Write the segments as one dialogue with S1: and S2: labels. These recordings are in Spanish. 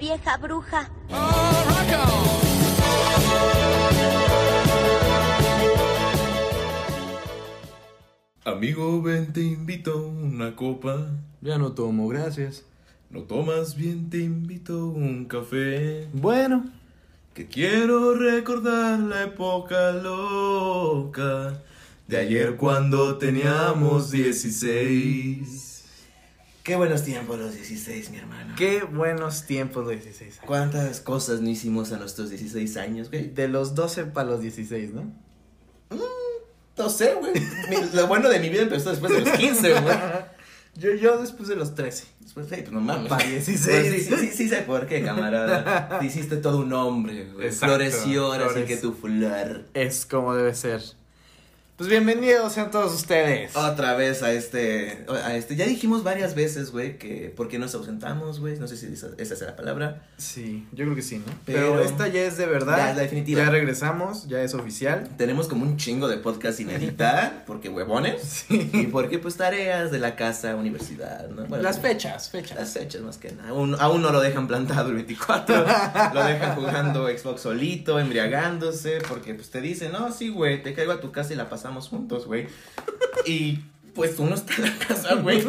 S1: vieja bruja.
S2: Amigo, ven, te invito una copa.
S3: Ya no tomo, gracias.
S2: No tomas bien, te invito un café.
S3: Bueno,
S2: Que quiero recordar la época loca de ayer cuando teníamos 16.
S4: Qué buenos tiempos los 16, mi hermano.
S3: qué buenos tiempos los 16 años.
S4: ¿Cuántas cosas no hicimos a nuestros 16 años, güey?
S3: De los 12 para los 16, ¿no?
S4: No sé, güey. Mi- Lo bueno de mi vida empezó después de los 15, güey.
S3: Yo, yo después de los 13.
S4: Después, güey, pues no mames.
S3: Pa'
S4: Pues, sí,
S3: 16.
S4: sí, sí, sí sé por qué, camarada. Te hiciste todo un hombre, güey.
S3: Exacto,
S4: Floreció ahora sí
S3: flores.
S4: que tu flor.
S3: Es como debe ser. Pues bienvenidos sean todos ustedes.
S4: Otra vez a este, a este, ya dijimos varias veces, güey, que por qué nos ausentamos, güey, no sé si esa, esa es la palabra.
S3: Sí, yo creo que sí, ¿no? Pero,
S4: Pero-
S3: esta ya es de
S4: Ya
S3: verdad.
S4: es la definitiva.
S3: Ya regresamos, ya es oficial.
S4: Tenemos como un chingo de podcast sin editar, porque huevones, y
S3: Sí.
S4: porque pues tareas de la casa, universidad, ¿no? Bueno,
S3: Las fechas, fechas.
S4: Las fechas más que nada. Aún, aún no lo dejan plantado el 24. lo dejan jugando Xbox solito, embriagándose, porque pues te dicen, no, sí, güey, te caigo a tu casa y la pasamos juntos, güey. Y pues uno está en la casa, güey.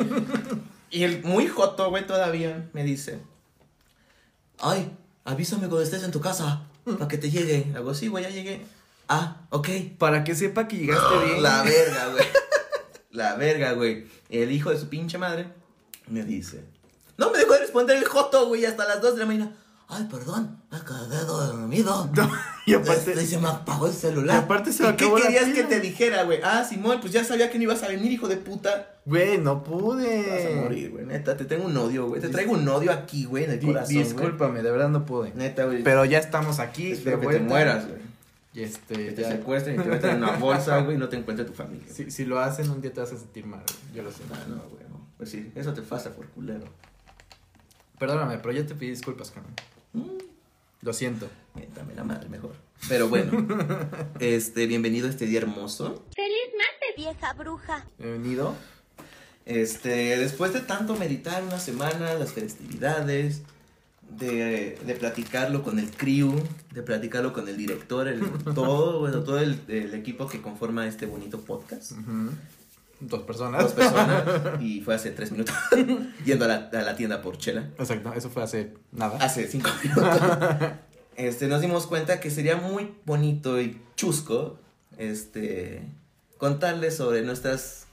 S4: Y el muy joto, güey, todavía me dice, ay, avísame cuando estés en tu casa, para que te llegue. Hago, sí, güey, ya llegué. Ah, ok.
S3: Para que sepa que llegaste bien.
S4: La verga, güey. La verga, güey. El hijo de su pinche madre me dice. No me dejó de responder el joto, güey, hasta las 2 de la mañana. Ay, perdón, me quedé dormido.
S3: y aparte-
S4: Y se me apagó el
S3: Y
S4: celular.
S3: aparte se
S4: ¿Y
S3: me acabó
S4: ¿Qué
S3: la
S4: querías que
S3: pila.
S4: te dijera, güey? Ah, Simón, pues ya sabía que no ibas a venir, hijo de puta.
S3: Güey, no
S4: Te vas
S3: pude.
S4: a morir, güey. Neta, te tengo un odio, güey. Te traigo un odio aquí, güey, en el
S3: Di-
S4: corazón. güey.
S3: Discúlpame, de verdad no pude.
S4: Neta, güey.
S3: Pero ya estamos aquí.
S4: espero
S3: de
S4: que te
S3: vuelta.
S4: mueras, güey.
S3: Y
S4: Que
S3: este,
S4: te
S3: ya.
S4: secuestren y te metan en una bolsa, güey, y no te encuentre tu familia.
S3: Si, si lo hacen, un día te vas a sentir mal. güey, Yo lo sé.
S4: Ah, no, güey. no. Pues sí, eso te pasa por culero.
S3: Perdóname, pero yo te pedí disculpas, Carmen.
S4: Mm.
S3: Lo siento.
S4: Eh, Dame la madre mejor. Pero bueno, este, bienvenido a este día hermoso.
S1: ¡Feliz martes, vieja bruja!
S3: Bienvenido.
S4: Este, después de tanto meditar una semana, las festividades, de, de platicarlo con el crew, de platicarlo con el director, el, todo, bueno, todo el, el equipo que conforma este bonito podcast.
S3: Ujú. Dos personas.
S4: Dos personas, y fue hace tres minutos, yendo a la, a la tienda por chela.
S3: Exacto, eso fue hace nada.
S4: hace cinco minutos, este, nos dimos cuenta que sería muy bonito y chusco este, contarles sobre nuestras,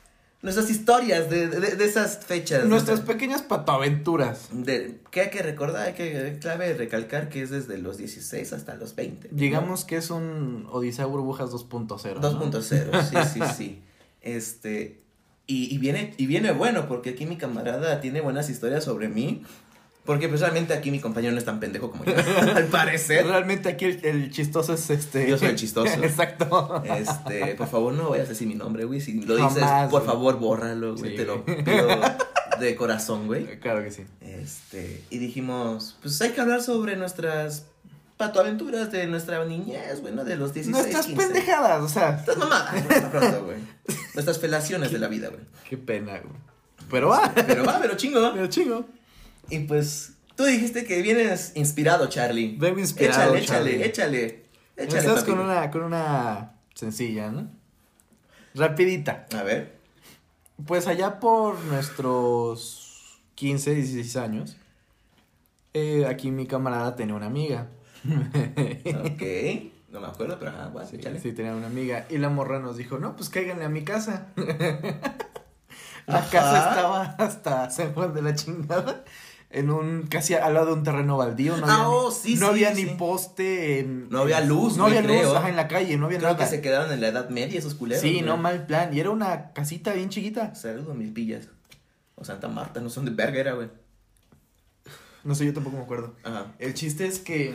S4: nuestras historias de, de- de esas fechas.
S3: Nuestras pequeñas patoaventuras.
S4: De- que hay que recordar, hay que clave recalcar que es desde los 16 hasta los 20. ¿no?
S3: Digamos que es un Odisea Burbujas 2.0. ¿no?
S4: 2.0, sí, sí, sí. Este, y, y viene, y viene bueno, porque aquí mi camarada tiene buenas historias sobre mí. Porque pues realmente aquí mi compañero no es tan pendejo como yo, al parecer.
S3: Realmente aquí el, el chistoso es este.
S4: Yo soy el chistoso.
S3: Exacto.
S4: Este, por favor, no vayas a decir mi nombre, güey. Si lo
S3: Jamás,
S4: dices, por
S3: güey.
S4: favor, bórralo, güey.
S3: Sí,
S4: Te lo
S3: güey.
S4: pido de corazón, güey.
S3: Claro que sí.
S4: Este, y dijimos, pues hay que hablar sobre nuestras patoaventuras de nuestra niñez, güey, ¿no? De los 16,
S3: Nuestras
S4: 15.
S3: pendejadas, o sea.
S4: Estas mamadas, güey, pronto, güey. Nuestras felaciones de la vida, güey.
S3: Qué pena, güey. Pero va.
S4: Pero va, pero chingo.
S3: Pero chingo.
S4: Y pues, tú dijiste que vienes inspirado, Charlie.
S3: Vengo inspirado,
S4: Échale,
S3: Charlie.
S4: échale, échale. Échale,
S3: Estás
S4: papi.
S3: con una, con una sencilla, ¿no? Rapidita.
S4: A ver.
S3: Pues allá por nuestros 15, 16 años, eh, aquí mi camarada tenía una amiga.
S4: Ok. No me acuerdo, pero ajá, guau,
S3: Sí,
S4: échale.
S3: sí, tenía una amiga. Y la morra nos dijo, no, pues cáiganle a mi casa. la casa
S4: Ajá.
S3: estaba hasta San Juan de la chingada. En un, casi al lado de un terreno baldío. No
S4: Ah,
S3: había, ni-
S4: oh, sí,
S3: no
S4: sí,
S3: había
S4: sí.
S3: ni poste. en-
S4: No había luz,
S3: No
S4: güey,
S3: había luz,
S4: creo.
S3: ajá, en la calle, no había
S4: Creo que
S3: nada.
S4: se quedaron en la Edad Media esos culeros.
S3: Sí,
S4: güey.
S3: no mal plan. Y era una casita bien chiquita.
S4: Saludos, mil pillas. O Santa Marta, no son de verga, era, güey.
S3: No sé, yo tampoco me acuerdo.
S4: Ajá.
S3: El chiste es que.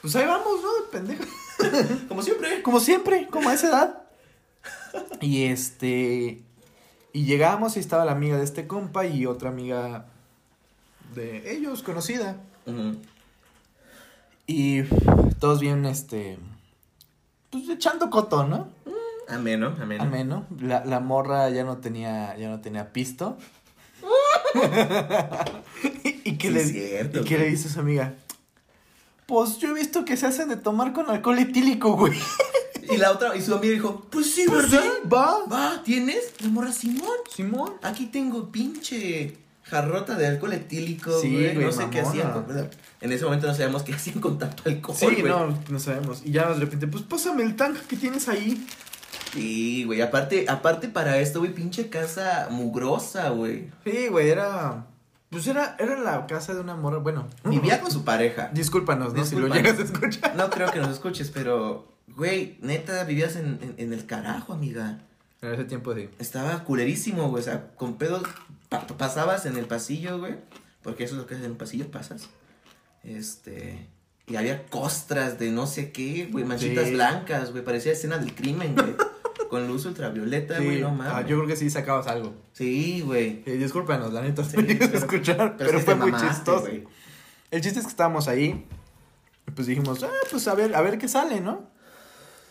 S3: Pues ahí vamos, ¿no? De pendejo.
S4: Como siempre.
S3: Como siempre, como a esa edad. Y este. Y llegamos y estaba la amiga de este compa y otra amiga de ellos, conocida.
S4: Ujú.
S3: Y todos bien, este. Pues echando coto, ¿no?
S4: Ameno, ameno.
S3: Ameno. La, la morra ya no tenía, ya no tenía pisto. y, que,
S4: Sí,
S3: le,
S4: es cierto,
S3: y que le
S4: güey.
S3: dice a su amiga? Pues yo he visto que se hacen de tomar con alcohol etílico, güey.
S4: Y la otra, y su amiga dijo, pues sí,
S3: Pues
S4: ¿verdad?
S3: sí, va.
S4: Va, ¿tienes? La morra Simón.
S3: Simón.
S4: Aquí tengo pinche jarrota de alcohol etílico,
S3: Sí,
S4: güey.
S3: güey,
S4: no sé qué
S3: mamona.
S4: hacían. con- ¿verdad? En ese momento no sabíamos qué hacían con tanto alcohol,
S3: Sí,
S4: güey.
S3: no, no sabemos. Y ya de repente, pues pásame el tanque que tienes ahí.
S4: Sí, güey. Aparte, aparte para esto, güey, pinche casa mugrosa, güey.
S3: Sí, güey, era. Pues era, era la casa de una morra. Bueno,
S4: Vivía con su pareja.
S3: Discúlpanos, ¿no? Si lo
S4: Discúlpanos.
S3: llegas a escuchar.
S4: No creo que nos escuches, pero, güey, neta, vivías en, en- en el carajo, amiga.
S3: En ese tiempo sí.
S4: Estaba culerísimo, güey. O sea, con pedos pa- pasabas en el pasillo, güey. Porque eso es lo que es en un pasillo, pasas. Este. Y había costras de no sé qué, güey. Manchitas
S3: Sí.
S4: blancas, güey. Parecía escena del crimen, güey. con luz ultravioleta, güey. No mames.
S3: ah, yo creo que sí sacabas algo.
S4: Sí, güey.
S3: Eh, discúlpanos, la neta,
S4: Sí,
S3: sí, no llegas a
S4: pero-
S3: escuchar, pero,
S4: es que
S3: fue
S4: te
S3: muy
S4: mamaste,
S3: chistoso.
S4: güey.
S3: El chiste es que estábamos ahí, y pues dijimos, ah, pues a ver, a ver qué sale, ¿no?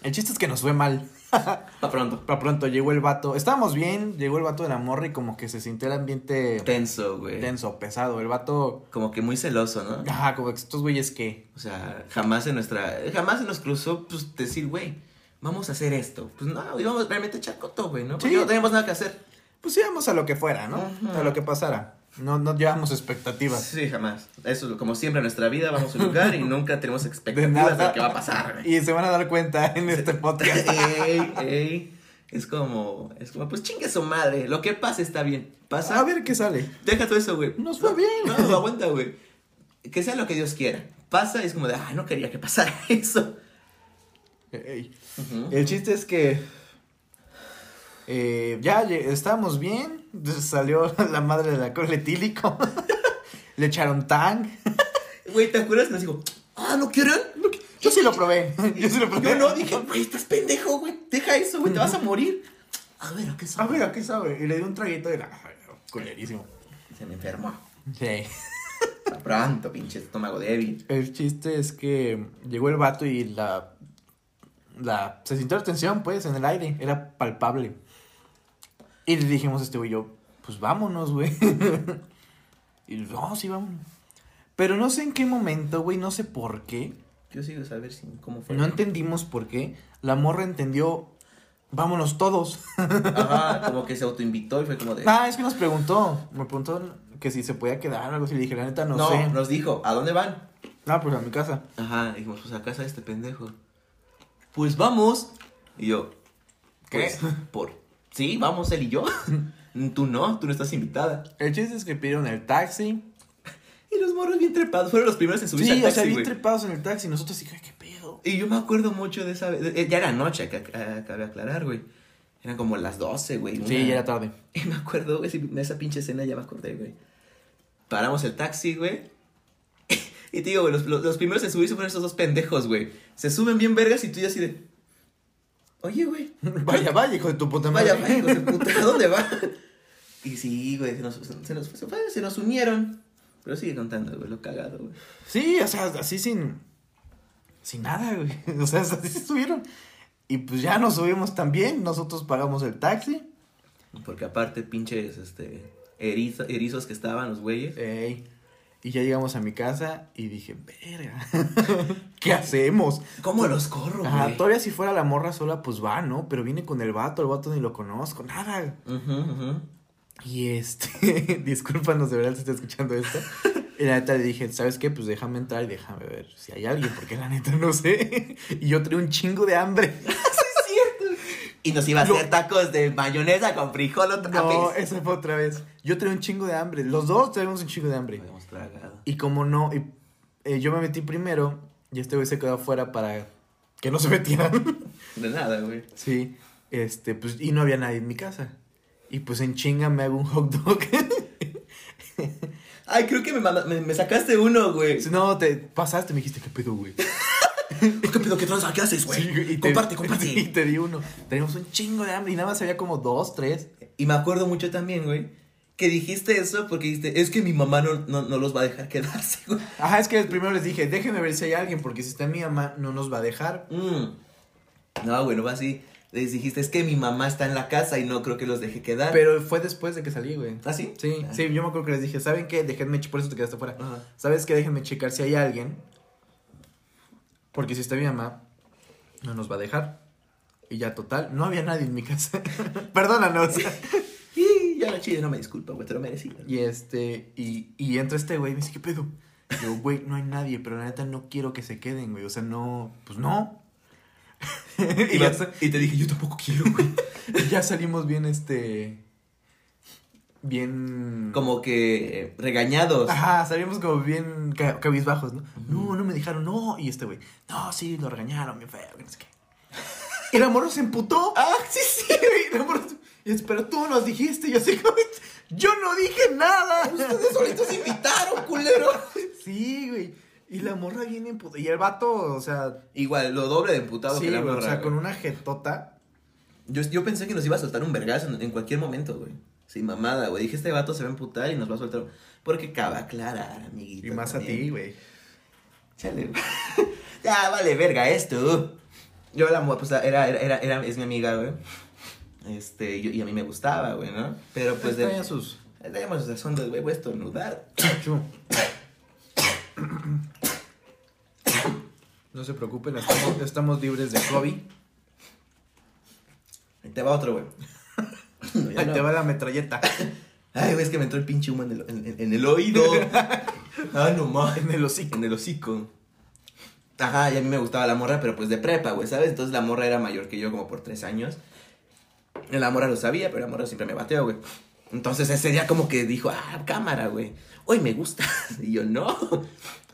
S3: El chiste es que nos fue mal.
S4: Pa' pronto.
S3: Para pronto llegó el vato, estábamos bien, llegó el vato de la morra y como que se sintió el ambiente
S4: Tenso, güey.
S3: denso, pesado. El vato,
S4: Como que muy celoso, ¿no?
S3: ajá, como que estos güeyes que.
S4: O sea, jamás en nuestra. Jamás se nos cruzó pues, decir, güey, vamos a hacer esto. Pues no, íbamos realmente chacoto, güey, ¿no? Porque
S3: Sí.
S4: no teníamos nada que hacer.
S3: Pues íbamos a lo que fuera, ¿no?
S4: Ujú.
S3: A lo que pasara. No, no llevamos expectativas.
S4: Sí, jamás. Eso es lo- como siempre en nuestra vida, vamos a un lugar y nunca tenemos
S3: De
S4: expectativas de,
S3: nada.
S4: lo que va a pasar, güey.
S3: Y se van a dar cuenta en este podcast.
S4: ey, ey. Es como, es como, pues chingue su madre. Lo que pasa está bien. Pasa.
S3: A ver qué sale.
S4: Deja todo eso, güey.
S3: Nos fue bien.
S4: No, no, aguanta, güey. Que sea lo que Dios quiera. Pasa y es como de, ah, no quería que pasara eso.
S3: Ey.
S4: Ujú.
S3: El chiste es que eh, ya lle- estábamos bien, salió la madre del alcohol etílico, le echaron tang.
S4: Güey, ¿te acuerdas que nos dijo, ah, no quieren? No qui-
S3: Yo sí lo probé, yo sí lo probé.
S4: Yo no dije, güey, estás pendejo, güey. Deja eso, güey, te vas a morir. A ver, ¿a qué
S3: A
S4: sabe?
S3: ver, ¿a Ah, qué sabe? Y le di un traguito de la... Culerísimo.
S4: Se me enfermó.
S3: Sí.
S4: Pa' Pronto, pinche estómago débil.
S3: El chiste es que llegó el vato y la... la se sintió la tensión, pues, en el aire, era palpable. Y le dijimos a este güey, yo, pues vámonos, güey. y no, sí, vámonos. Pero no sé en qué momento, güey, no sé por qué.
S4: Yo sigo a saber si, cómo fue.
S3: No entendimos por qué. La morra entendió, vámonos todos.
S4: Ajá, como que se autoinvitó y fue como de.
S3: ah, es que nos preguntó, me preguntó que si se podía quedar o algo así. Le dije, la neta, no,
S4: no,
S3: sé.
S4: nos dijo, ¿a dónde van?
S3: Ah, pues a mi casa.
S4: Ajá, dijimos, pues a casa de este pendejo. Pues vamos. Y yo,
S3: ¿Qué?
S4: ¿qué? por. Sí, vamos él y yo. tú no, tú no estás invitada.
S3: El chiste es que pidieron el taxi.
S4: Y los morros bien trepados fueron los primeros en subirse al
S3: Sí, o
S4: taxi,
S3: sea, bien
S4: güey.
S3: trepados en el taxi. Nosotros dije, ay, qué pedo.
S4: Y yo me acuerdo mucho de esa vez. eh, Ya era noche, ac- ac- acabé de aclarar, güey. Eran como las 12, güey. una.
S3: Sí, ya era tarde.
S4: Y me acuerdo, güey, si- esa pinche escena ya me acordé, güey. Paramos el taxi, güey. Y te digo, güey, los, los- los primeros en subirse fueron esos dos pendejos, güey. Se suben bien vergas y tú ya así de. Oye, güey.
S3: Vaya, vaya, hijo de tu puta madre.
S4: Vaya, vaya, hijos de puta, ¿a dónde va? Y sí, güey, se nos, se nos- se fue- se nos unieron. Pero sigue contando, güey, lo cagado, güey.
S3: Sí, o sea, así sin. Sin nada, güey. O sea, así se subieron. Y pues ya nos subimos también. Nosotros pagamos el taxi.
S4: Porque aparte, pinches, este, erizo- erizos que estaban los güeyes.
S3: Ey. Y ya llegamos a mi casa y dije, verga, ¿qué hacemos?
S4: ¿Cómo los corro,
S3: Ajá,
S4: güey?
S3: todavía si fuera la morra sola, pues va, ¿no? Pero viene con el vato, el vato ni lo conozco, nada.
S4: Ujú, ujú.
S3: Y este, discúlpanos de verdad si está escuchando esto. Y la neta le dije, ¿sabes qué? Pues déjame entrar y déjame ver si hay alguien, porque la neta no sé. Y yo traía un chingo de hambre.
S4: Y nos iba a
S3: Lo-
S4: hacer tacos de mayonesa con frijol otra
S3: No,
S4: vez.
S3: esa fue otra vez. Yo traía un chingo de hambre. Los dos traíamos un chingo de hambre.
S4: Habíamos tragado.
S3: Y como no, y, eh, yo me metí primero y este güey se quedó afuera para que no se metieran.
S4: De nada, güey.
S3: sí, este, pues, y no había nadie en mi casa. Y pues en chinga me hago un hot dog.
S4: Ay, creo que me, manda- me, me sacaste uno, güey.
S3: no, te pasaste, me dijiste, ¿qué pedo, güey?
S4: ¿Qué pedo que tranza? ¿Qué haces,
S3: Sí, güey, y te- Y te di uno. Teníamos un chingo de hambre y nada más había como dos, tres.
S4: Y me acuerdo mucho también, güey, que dijiste eso porque dijiste, es que mi mamá no, no, no los va a dejar quedarse, güey.
S3: Ajá, es que primero les dije, déjenme ver si hay alguien, porque si está mi mamá, no nos va a dejar.
S4: Mm. No, güey, no va así. les dijiste, es que mi mamá está en la casa y no creo que los deje quedar.
S3: Pero fue después de que salí, güey.
S4: ¿Ah, sí?
S3: Sí,
S4: Ah.
S3: sí, yo me acuerdo que les dije, ¿saben qué? Déjenme, che- por eso te quedaste fuera.
S4: Ajá.
S3: ¿Sabes qué? Déjenme checar si hay alguien. Porque si está mi mamá, no nos va a dejar. Y ya, total, no había nadie en mi casa. Perdónanos.
S4: Y ya la chile no me disculpa, güey, te lo merecí.
S3: Y este, y, y entra este güey y me dice, ¿qué pedo? Y Yo, güey, no hay nadie, pero la neta no quiero que se queden, güey. O sea, no, pues no. y,
S4: Y,
S3: ya,
S4: lo-
S3: sa-
S4: y te dije, yo tampoco quiero, güey.
S3: y ya salimos bien, este. Bien.
S4: Como que eh, regañados.
S3: Ajá, salimos como bien ca- cabizbajos, ¿no? No, no me dejaron, no. Y este güey, no, sí, lo regañaron, bien feo, que no sé qué. Y la morra se emputó. Ah, sí, sí, güey. La morra se- y es, Pero tú nos dijiste, y yo así, como, yo no dije nada.
S4: Ustedes solitos invitaron, culero.
S3: Sí, güey. Y la morra viene emputada. Y el vato, o sea,
S4: Igual, lo doble de emputado
S3: sí,
S4: que la
S3: güey,
S4: morra.
S3: o sea,
S4: güey.
S3: con una jetota.
S4: yo, yo pensé que nos iba a soltar un vergazo en, en cualquier momento, güey. Sí, mamada, güey. Dije, este vato se va a emputar y nos va a soltar. Porque cabe aclarar, amiguito.
S3: Y más a
S4: también.
S3: ti, güey.
S4: Chale. güey. ya, vale, verga, esto. Yo la mo- pues era, era, era, era- es mi amiga, güey. Este, yo- y a mí me gustaba, güey, ¿no? Pero pues de.
S3: Extraña sus.
S4: Tenemos razón de, güey, voy a estornudar.
S3: Chu. No se preocupen, estamos, estamos libres de COVID.
S4: Ahí te va otro, güey. No, ya
S3: Ahí
S4: no.
S3: te va la metralleta.
S4: Ay, güey, es que me entró el pinche humo en el, en, en- en el oído. ah, no más.
S3: En el hocico.
S4: En el hocico. Ajá, y a mí me gustaba la morra, pero pues de prepa, güey, ¿sabes? Entonces la morra era mayor que yo, como por tres años. La morra lo sabía, pero la morra siempre me bateó, güey. Entonces ese día como que dijo, ah, cámara, güey. Hoy me gusta. Y yo, no.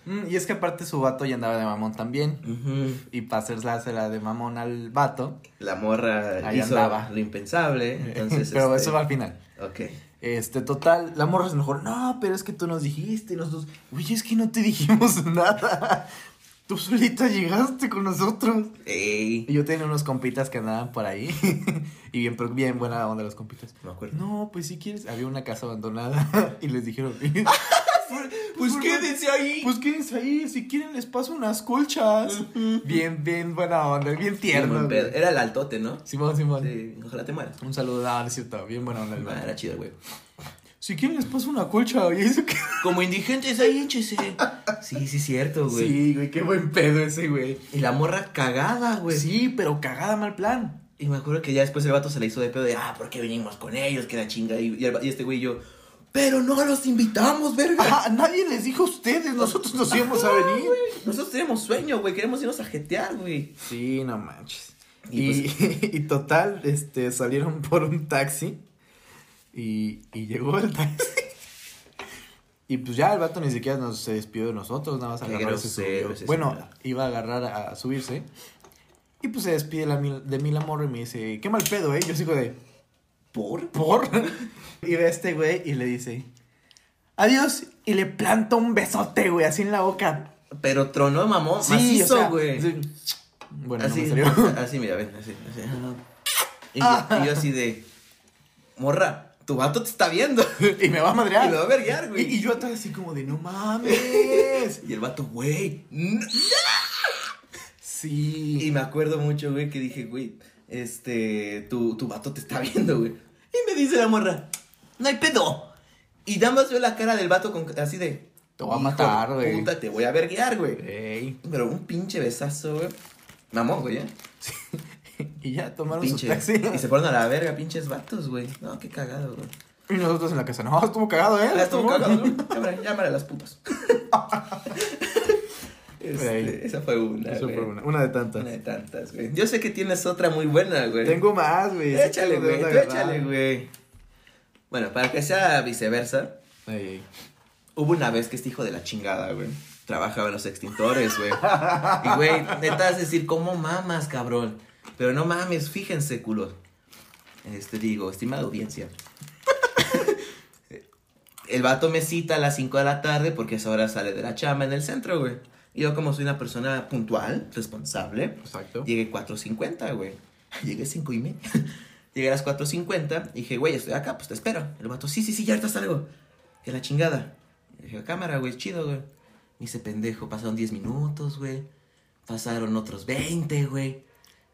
S3: Mm, y es que aparte su vato ya andaba de mamón también.
S4: Ujú.
S3: Y para hacerse la de mamón al vato.
S4: La morra
S3: Ahí
S4: hizo
S3: andaba.
S4: lo impensable. Entonces,
S3: Pero
S4: este,
S3: eso va al final.
S4: Ok.
S3: Este, total, la morra es mejor. No, pero es que tú nos dijiste, y nosotros. Güey, es que no te dijimos nada. Tú solita llegaste con nosotros.
S4: Ey.
S3: Y yo tenía unos compitas que andaban por ahí. y bien, pero bien buena onda los compitas.
S4: Me acuerdo.
S3: No, pues si quieres. Había una casa abandonada. y les dijeron.
S4: Pues
S3: Por-
S4: quédense ahí.
S3: Pues quédense ahí, si quieren les paso unas colchas. bien, bien buena onda, bien
S4: Simón
S3: tierno.
S4: Pedro.
S3: güey.
S4: Era el altote, ¿no?
S3: Simón, Simón.
S4: Sí, ojalá te mueras.
S3: Un saludo, ah, no es cierto, bien buena onda. el
S4: Ah,
S3: vato.
S4: era chido, güey.
S3: Si quieren les paso una colcha, y eso que...
S4: Como indigentes, ahí échese. Sí, sí, cierto, güey.
S3: Sí, güey, qué buen pedo ese, güey.
S4: Y la morra cagada, güey.
S3: sí, pero cagada mal plan.
S4: Y me acuerdo que ya después el vato se le hizo de pedo de, ah, ¿por qué venimos con ellos? Que la chinga. Y, y el va- y este güey y yo, pero no los invitamos, verga.
S3: Ajá, nadie les dijo a ustedes, nosotros nos íbamos a
S4: Ah,
S3: venir.
S4: güey, Nosotros tenemos sueño, güey. Queremos irnos a jetear, güey.
S3: Sí, no manches.
S4: Y pues
S3: Y, y total, este, salieron por un taxi y, y llegó el taxi. Y pues ya el vato ni siquiera nos se despidió de nosotros, nada más
S4: Qué
S3: agarró y se
S4: grosero
S3: subió.
S4: ese
S3: Bueno,
S4: señor.
S3: iba a agarrar a, a subirse. Y pues se despide la mil- de mí la morra y me dice, qué mal pedo, ¿eh? Yo sigo de,
S4: ¿Por?
S3: ¿por? Y ve a este güey y le dice, adiós. Y le planta un besote, güey, así en la boca.
S4: Pero tronó, mamón.
S3: Sí,
S4: macizo,
S3: o sea,
S4: güey.
S3: sí. Bueno, no
S4: así,
S3: me salió.
S4: así, mira, ven, así, así. Y, y yo así de, morra, tu vato te está viendo.
S3: Y me va a madrear.
S4: Y me va a verguear, güey.
S3: Y, y yo atrás así como de, no mames.
S4: Y el vato, güey. no". Y
S3: sí.
S4: me acuerdo mucho, güey, que dije, güey, este, tu, tu vato te está viendo, güey. Y me dice la morra, no hay pedo. Y nada más veo la cara del vato con, así de,
S3: Te voy a
S4: "Hijo de
S3: matar, güey".
S4: Puta, te voy a verguear, güey.
S3: Ey.
S4: Pero un pinche besazo, güey. Mamón, güey, ¿eh?
S3: Y ya tomaron
S4: Pinche.
S3: su taxi.
S4: Y se fueron a la verga, pinches vatos, güey. No, qué cagado, güey.
S3: Y nosotros en la casa, no, estuvo cagado, ¿eh?
S4: Ya Ah, estuvo cagado, ¿no? Cámara, Llámale a las putas. Este,
S3: Ey.
S4: esa fue una,
S3: Eso
S4: güey.
S3: fue una, una de tantas.
S4: Una de tantas, güey. Yo sé que tienes otra muy buena, güey.
S3: Tengo más, güey. Sí
S4: Échale,
S3: tengo
S4: güey,
S3: de
S4: tú
S3: dónde
S4: échale,
S3: agarrar.
S4: güey. Bueno, para que sea viceversa,
S3: Ey, ey.
S4: hubo una vez que este hijo de la chingada, güey, trabajaba en los extintores, güey. Y, güey, neta es decir, ¿cómo mamas, cabrón? Pero no mames, fíjense, culos. Este, digo, estimada audiencia. El vato me cita a las 5 de la tarde porque a esa hora sale de la chamba en el centro, güey. Y yo, como soy una persona puntual, responsable,
S3: Exacto.
S4: Llegué 4.50, güey. Llegué 5 y media. Llegué a las 4.50 y dije, güey, estoy acá, pues te espero. El vato, sí, sí, sí, ya ahorita salgo. Que la chingada. Le dije, cámara, güey, chido, güey. Me hice pendejo. Pasaron 10 minutos, güey. Pasaron otros 20, güey.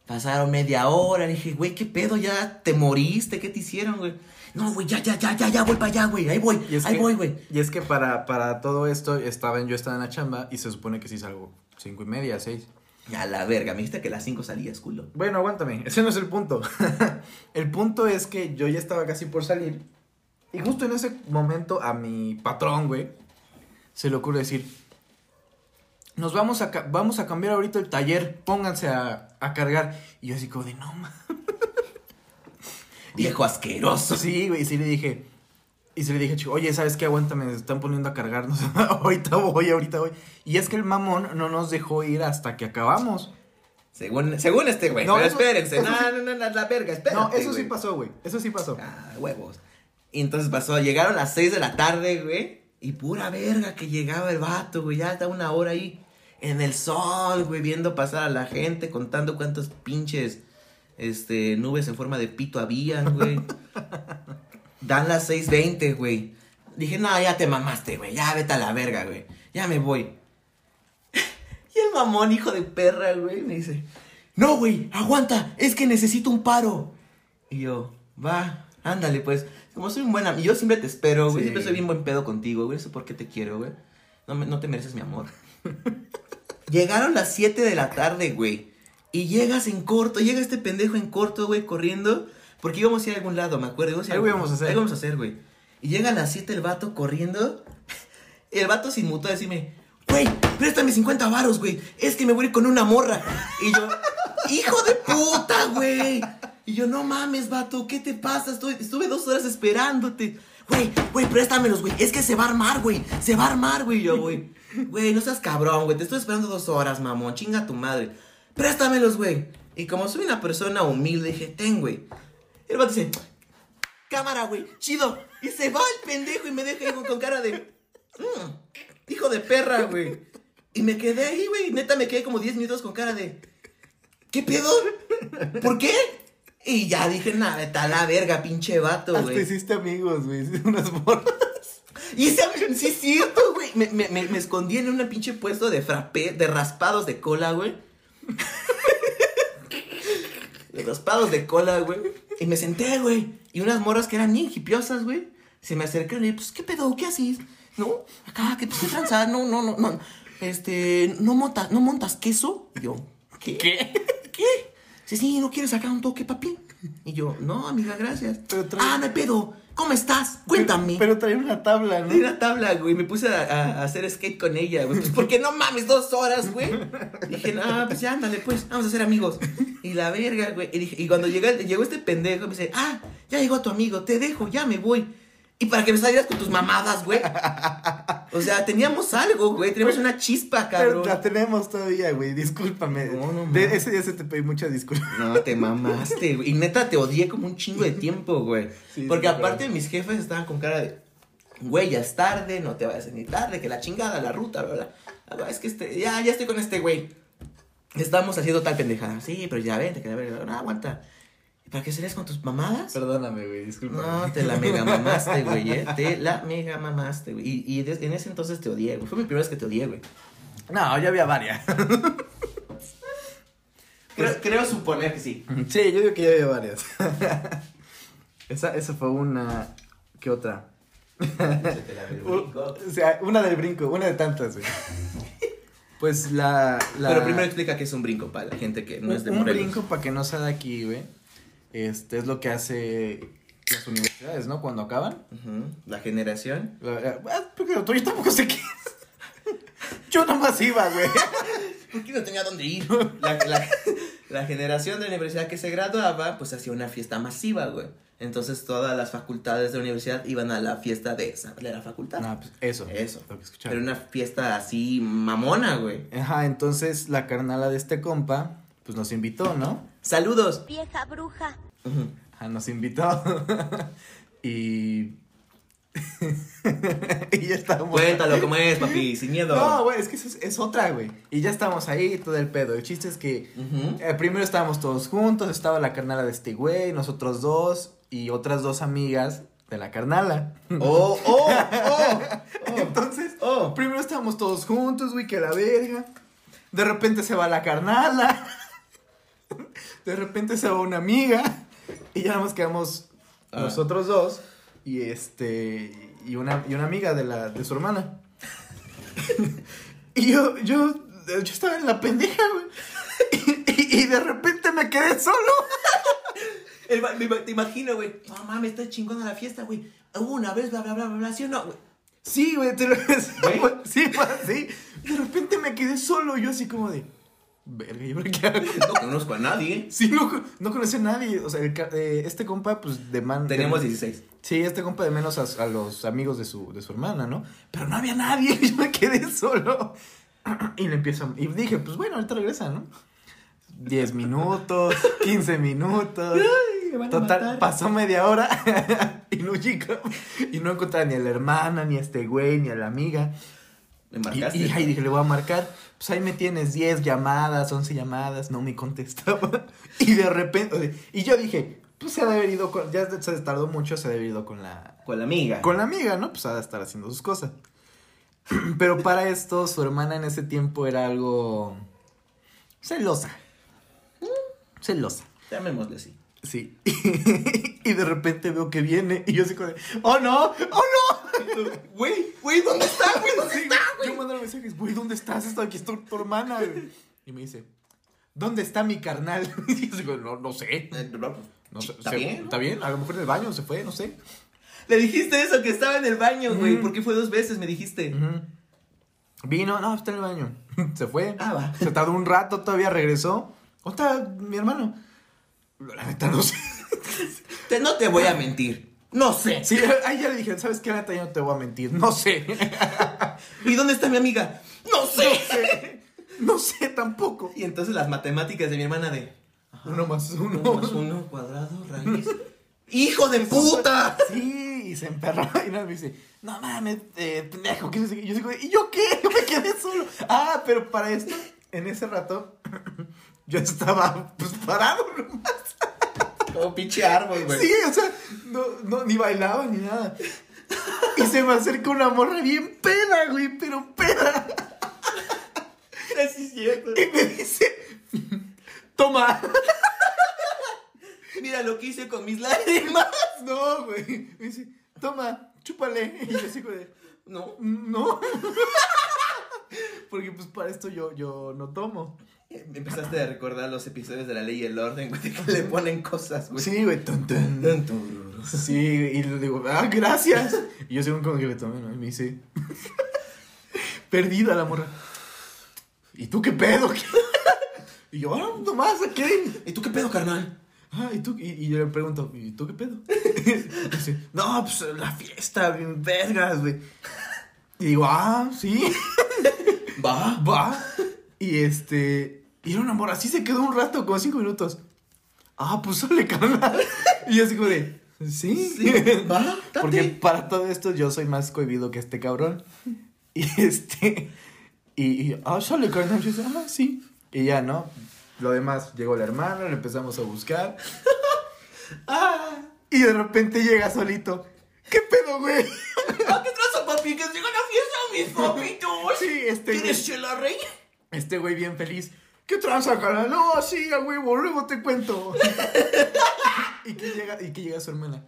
S4: Pasaron media hora, le dije, güey, ¿qué pedo? ¿Ya te moriste? ¿Qué te hicieron, güey? No, güey, ya, ya, ya, ya, ya, voy para allá, güey, ahí voy,
S3: Y es
S4: ahí
S3: que-
S4: voy, güey.
S3: Y es que para, para todo esto, estaba, en- yo estaba en la chamba y se supone que sí salgo cinco y media, seis.
S4: Ya la verga, me dijiste que a las 5 salías, culo.
S3: Bueno, aguántame, ese no es el punto. el punto es que yo ya estaba casi por salir. Y justo en ese momento a mi patrón, güey, se le ocurre decir, nos vamos a, ca- vamos a cambiar ahorita el taller, pónganse a, a cargar. Y yo así como de, no, ma-".
S4: Viejo asqueroso.
S3: Sí, güey, y sí le dije, y se le dije, chico, oye, ¿sabes qué? Aguántame, se están poniendo a cargarnos. ahorita voy, ahorita voy. Y es que el mamón no nos dejó ir hasta que acabamos.
S4: Según, según este güey,
S3: No,
S4: pero
S3: eso-
S4: espérense.
S3: eso
S4: no,
S3: sí-
S4: no, no, no, la verga, espérate.
S3: no, eso sí
S4: güey.
S3: pasó, güey, eso sí pasó.
S4: Ah, huevos. Y entonces pasó, llegaron las 6 de la tarde, güey. Y pura verga que llegaba el vato, güey. Ya está una hora ahí en el sol, güey, viendo pasar a la gente, contando cuántos pinches este, nubes en forma de pito habían, güey. Dan las 6.20, güey. Dije, no, ya te mamaste, güey. Ya vete a la verga, güey. Ya me voy. Y el mamón, hijo de perra, güey, me dice, no, güey, aguanta, es que necesito un paro. Y yo, va, ándale, pues. Como soy un buen amigo, yo siempre te espero, güey.
S3: Sí.
S4: Siempre soy bien buen pedo contigo, güey. Eso porque te quiero, güey. No, me- no te mereces mi amor. Llegaron las 7 de la tarde, güey. Y llegas en corto, llega este pendejo en corto, güey, corriendo. Porque íbamos a ir a algún lado, me acuerdo. íbamos a ir
S3: Algo íbamos a hacer.
S4: Algo íbamos a hacer, güey. Y llega a las 7 el vato corriendo. El vato se inmutó a decirme, güey, préstame 50 varos, güey. Es que me voy a ir con una morra. Y yo, hijo de puta, güey. Y yo, no mames, vato, ¿qué te pasa? Estoy- estuve dos horas esperándote. Güey, güey, préstamelos, güey. Es que se va a armar, güey. Se va a armar, güey. Yo, güey. Güey, no seas cabrón, güey. Te estoy esperando dos horas, mamón. Chinga tu madre. Préstamelos, güey. Y como soy una persona humilde, dije, ten, güey. El vato dice, cámara, güey, chido. Y se va el pendejo y me deja ahí con, con cara de. "Mm, hijo de perra, güey. Y me quedé ahí, güey. Neta, me quedé como 10 minutos con cara de. ¿Qué pedo? ¿Por qué? Y ya dije, nada, está la verga, pinche vato,
S3: Hasta
S4: güey.
S3: hiciste amigos, güey, hiciste unas morras.
S4: Y ese, sí es cierto, güey. Me, me, me, me escondí en un pinche puesto de frappé, de raspados de cola, güey. De raspados de cola, güey. Y me senté, güey. Y unas morras que eran bien hipiosas, güey. Se me acercaron y pues, ¿qué pedo? ¿Qué haces? No, acá, que te estoy transando. No, no, no, no. Este, ¿no, monta, ¿no montas queso? Y yo, ¿qué? ¿Qué? ¿Qué? Sí, sí, ¿no quieres sacar un toque, papi? Y yo, no, amiga, gracias.
S3: Pero trae-
S4: Ah, no hay pedo. ¿Cómo estás? Cuéntame.
S3: Pero, traía una tabla,
S4: Di
S3: ¿no?
S4: la tabla, güey. Me puse a, a- a hacer skate con ella, güey. Pues porque no mames, dos horas, güey. Dije, ah, pues ya, ándale, pues, vamos a ser amigos. Y la verga, güey. Y, dije- y cuando llega- llegó este pendejo, me dice, ah, ya llegó tu amigo, te dejo, ya me voy. Y para que me salieras con tus mamadas, güey. O sea, teníamos algo, güey. Teníamos una chispa,
S3: Pero
S4: cabrón.
S3: la tenemos todavía, güey, discúlpame.
S4: No, no,
S3: de
S4: mames.
S3: ese día se te pedí muchas disculpas.
S4: No, te mamaste, güey. Y neta, te odié como un chingo de tiempo, güey.
S3: Sí,
S4: Porque
S3: sí,
S4: aparte mis jefes estaban con cara de, güey, ya es tarde, no te vayas ni tarde, que la chingada, la ruta, bla, bla. Ah, no, Es que este, ya, ya estoy con este güey. Estamos haciendo tal pendejada. Sí, pero ya vente, que la verga. No, aguanta. ¿Y para qué serías con tus mamadas?
S3: Perdóname, güey, discúlpame.
S4: No, te la mega mamaste, güey, eh. Te la mega mamaste, güey. Y, y des- en ese entonces te odié, güey. Fue mi primera vez que te odié, güey.
S3: No, ya había varias.
S4: Creo, creo suponer que sí.
S3: Sí, yo digo que ya había varias. esa, esa fue una. ¿Qué otra? U- o sea, una del brinco, una de tantas, güey. Pues la. la-
S4: Pero primero explica que es un brinco para la gente que no es de
S3: un
S4: Morelos.
S3: brinco para que no sea de aquí, güey. Este es lo que hace las universidades, ¿no? Cuando acaban.
S4: Ujú, La generación.
S3: La- la- ah, porque lo tuyo tampoco sé qué es. Yo nomás iba, güey.
S4: Porque no tenía dónde ir. La, la- la generación de la universidad que se graduaba, pues hacía una fiesta masiva, güey. Entonces todas las facultades de la universidad iban a la fiesta de esa, de la facultad.
S3: No, pues eso.
S4: Eso.
S3: Lo que escuchaba.
S4: Pero una fiesta así mamona, güey.
S3: Ajá, entonces la carnala de este compa, pues nos invitó, ¿no?
S4: Saludos.
S1: vieja bruja,
S4: Ujú.
S3: Ajá, nos invitó. y. y ya estábamos.
S4: Cuéntalo cómo es, papi, sin miedo.
S3: No, güey, es que eso es, es otra, güey. Y ya estábamos ahí, todo el pedo. El chiste es que
S4: Ujú.
S3: eh, primero estábamos todos juntos, estaba la carnala de este güey, nosotros dos y otras dos amigas de la carnala.
S4: Oh, oh, oh,
S3: Entonces,
S4: oh.
S3: primero estábamos todos juntos, güey, que la verga. De repente se va la carnala. De repente se va una amiga y ya nada más quedamos
S4: Ah.
S3: nosotros dos y este y una, y una amiga de la de su hermana. y yo yo yo estaba en la pendeja, güey. Y, y- y de repente me quedé solo.
S4: El ba- me ima- te imagino, güey. No mames, está chingona la fiesta, güey. Hubo una vez, bla, bla, bla, bla, bla, ¿sí o no, güey?
S3: Sí, güey, te lo
S4: ¿Güey?
S3: güey, Sí, fue así. De repente me quedé solo, yo así como de verga, ¿y ahora qué hago?
S4: No conozco a nadie. ¿eh?
S3: Sí, no, co- no conocía a nadie. O sea, el ca- eh, este compa, pues, de man.
S4: Teníamos
S3: de-
S4: 16.
S3: Sí, este compa de menos a, a los amigos de su, de su hermana, ¿no? Pero no había nadie, yo me quedé solo. Y le empiezo. Y dije, pues bueno, ahorita regresa, ¿no? 10 minutos, 15 minutos. Total, pasó media hora y no llegó. Y no encontraba ni a la hermana, ni a este güey, ni a la amiga.
S4: Me
S3: Y,
S4: marcaste.
S3: y ahí dije, le voy a marcar. Pues ahí me tienes 10 llamadas, 11 llamadas, no me contestaba. Y de repente, o sea, y yo dije, pues se ha de haber ido con, ya se tardó mucho, se ha de haber ido con la,
S4: Con la amiga.
S3: con la amiga, ¿no? Pues ha de estar haciendo sus cosas. Pero para esto, su hermana en ese tiempo era algo celosa. Celosa.
S4: Llamémosle así.
S3: Sí. y de repente veo que viene y yo así como de, ¡oh no! ¡oh no!
S4: Güey, güey, ¿dónde está, güey? ¿Dónde
S3: Sí,
S4: está, güey?
S3: Yo mando mensajes, güey, ¿dónde estás? Esto aquí está tu hermana, güey. Y me dice, ¿dónde está mi carnal? Y yo digo, no, no sé.
S4: Eh, no, pues,
S3: No sé,
S4: ¿Está
S3: se-
S4: bien?
S3: Está bien, a lo mejor en el baño se fue, no sé.
S4: Le dijiste eso, que estaba en el baño, güey.
S3: Mm.
S4: ¿Por qué fue dos veces? Me dijiste.
S3: Ujú. Vino, no, está en el baño. Se fue.
S4: Ah, va.
S3: Se tardó un rato, todavía regresó. ¿Dónde está mi hermano? La neta, no sé.
S4: Te- no te voy a mentir. No sé.
S3: Sí, ahí ya le dije, ¿sabes qué? La neta, yo no te voy a mentir. No sé.
S4: ¿Y dónde está mi amiga? No sé.
S3: No sé tampoco.
S4: Y entonces las matemáticas de mi hermana de...
S3: Uno más uno.
S4: Uno más uno cuadrado raíz. ¡Hijo de puta!
S3: Sí, y se emperró. Y nada, me dice, no mames, eh, pendejo. ¿qué es eso?". Y yo digo, ¿y yo qué? Yo me quedé solo. Ah, pero para esto, en ese rato, yo estaba pues parado nomás.
S4: Como pinche árbol, güey.
S3: Sí, o sea, no, no, ni bailaba ni nada. Y se me acerca una morra bien peda, güey, pero peda.
S4: Así es cierto.
S3: Y me dice, toma.
S4: Mira lo que hice con mis lágrimas.
S3: No, güey. Me dice, toma, chúpale. Y yo sigo de...
S4: No.
S3: No. Porque pues para esto yo, yo no tomo.
S4: Empezaste a recordar los episodios de la ley y el orden, güey, que le ponen cosas, güey.
S3: Sí, güey. tun, tun.
S4: Tanto.
S3: Sí, y le digo, ah, gracias. Y yo según como que le tomé, ¿no? Y me dice, perdida la morra. ¿Y tú qué pedo? ¿Qué? Y yo, ah, nomás, ¿a ¿qué?
S4: ¿Y tú qué pedo, carnal?
S3: Ah, ¿y tú? Y, y yo le pregunto, ¿y tú qué pedo? Y dice, no, pues la fiesta, bien vergas, güey. Y digo, ah, sí.
S4: Va.
S3: Va. Y este. Y era una morra. Así se quedó un rato, como cinco minutos. Ah, pues sale, carnal. Y yo así como de. Sí.
S4: Sí, va, date.
S3: Porque para todo esto yo soy más cohibido que este cabrón. Y este. Y, y, ah, sale, carnal. Yo decía, ah, sí. Y ya, ¿no? Lo demás, llegó la hermana, lo empezamos a buscar. ah, y de repente llega solito. ¿Qué pedo, güey?
S4: ¿A qué trazo, papi? Que llegó la fiesta, mis papitos.
S3: Sí, este, güey.
S4: ¿Quieres chela rey?
S3: Este güey bien feliz. ¿Qué tranza, cara? No, sí, a huevo, luego te cuento. y, que llega, y que llega su hermana.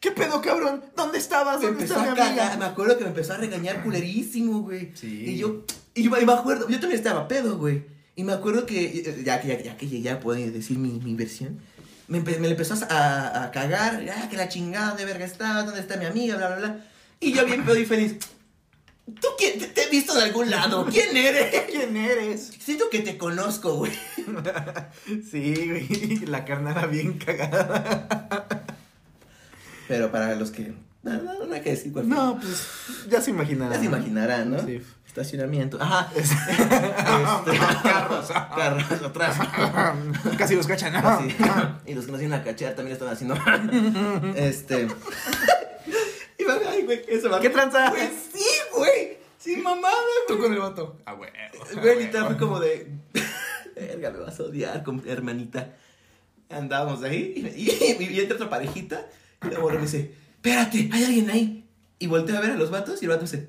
S3: ¿Qué pedo, cabrón? ¿Dónde estabas?
S4: Me
S3: ¿Dónde
S4: empezó
S3: está mi
S4: a cagar. Me
S3: amiga?
S4: acuerdo que me empezó a regañar culerísimo, güey.
S3: Sí.
S4: Y yo, y, me- y me acuerdo, yo también estaba pedo, güey. Y me acuerdo que, eh, ya, que- ya, ya que llegué a poder decir mi, mi versión, me, empe- me le empezó a, a cagar. Ah, que la chingada de verga estaba, ¿dónde está mi amiga? Bla, bla, bla. Y yo bien pedo y feliz. ¿Tú quién? Te, te he visto de algún lado. ¿Quién eres?
S3: ¿Quién eres?
S4: Siento que te conozco, güey.
S3: Sí, güey, la carnada bien cagada.
S4: Pero para los que... No, no, no hay que decir cuál fue.
S3: No, pues ya se imaginarán.
S4: Ya se imaginarán, ¿no?
S3: Sí.
S4: Estacionamiento. Ajá.
S3: Es-
S4: Este, Carros. Carros atrás.
S3: Casi los cachan. ¿no?
S4: Así. Y los que nos iban a cachar también estaban haciendo. este. y va, ay, güey, eso va.
S3: ¿Qué tranza?
S4: Güey, sí, güey. Sin mamada,
S3: Tú
S4: güey.
S3: con el Ah, voto. A huevo. a
S4: Güey, literal fue
S3: huevo.
S4: como de. Verga, me vas a odiar, com- hermanita. Andábamos ahí y, y, y entra otra parejita. Y la morra me dice: Espérate, hay alguien ahí. Y volteo a ver a los vatos y el vato dice: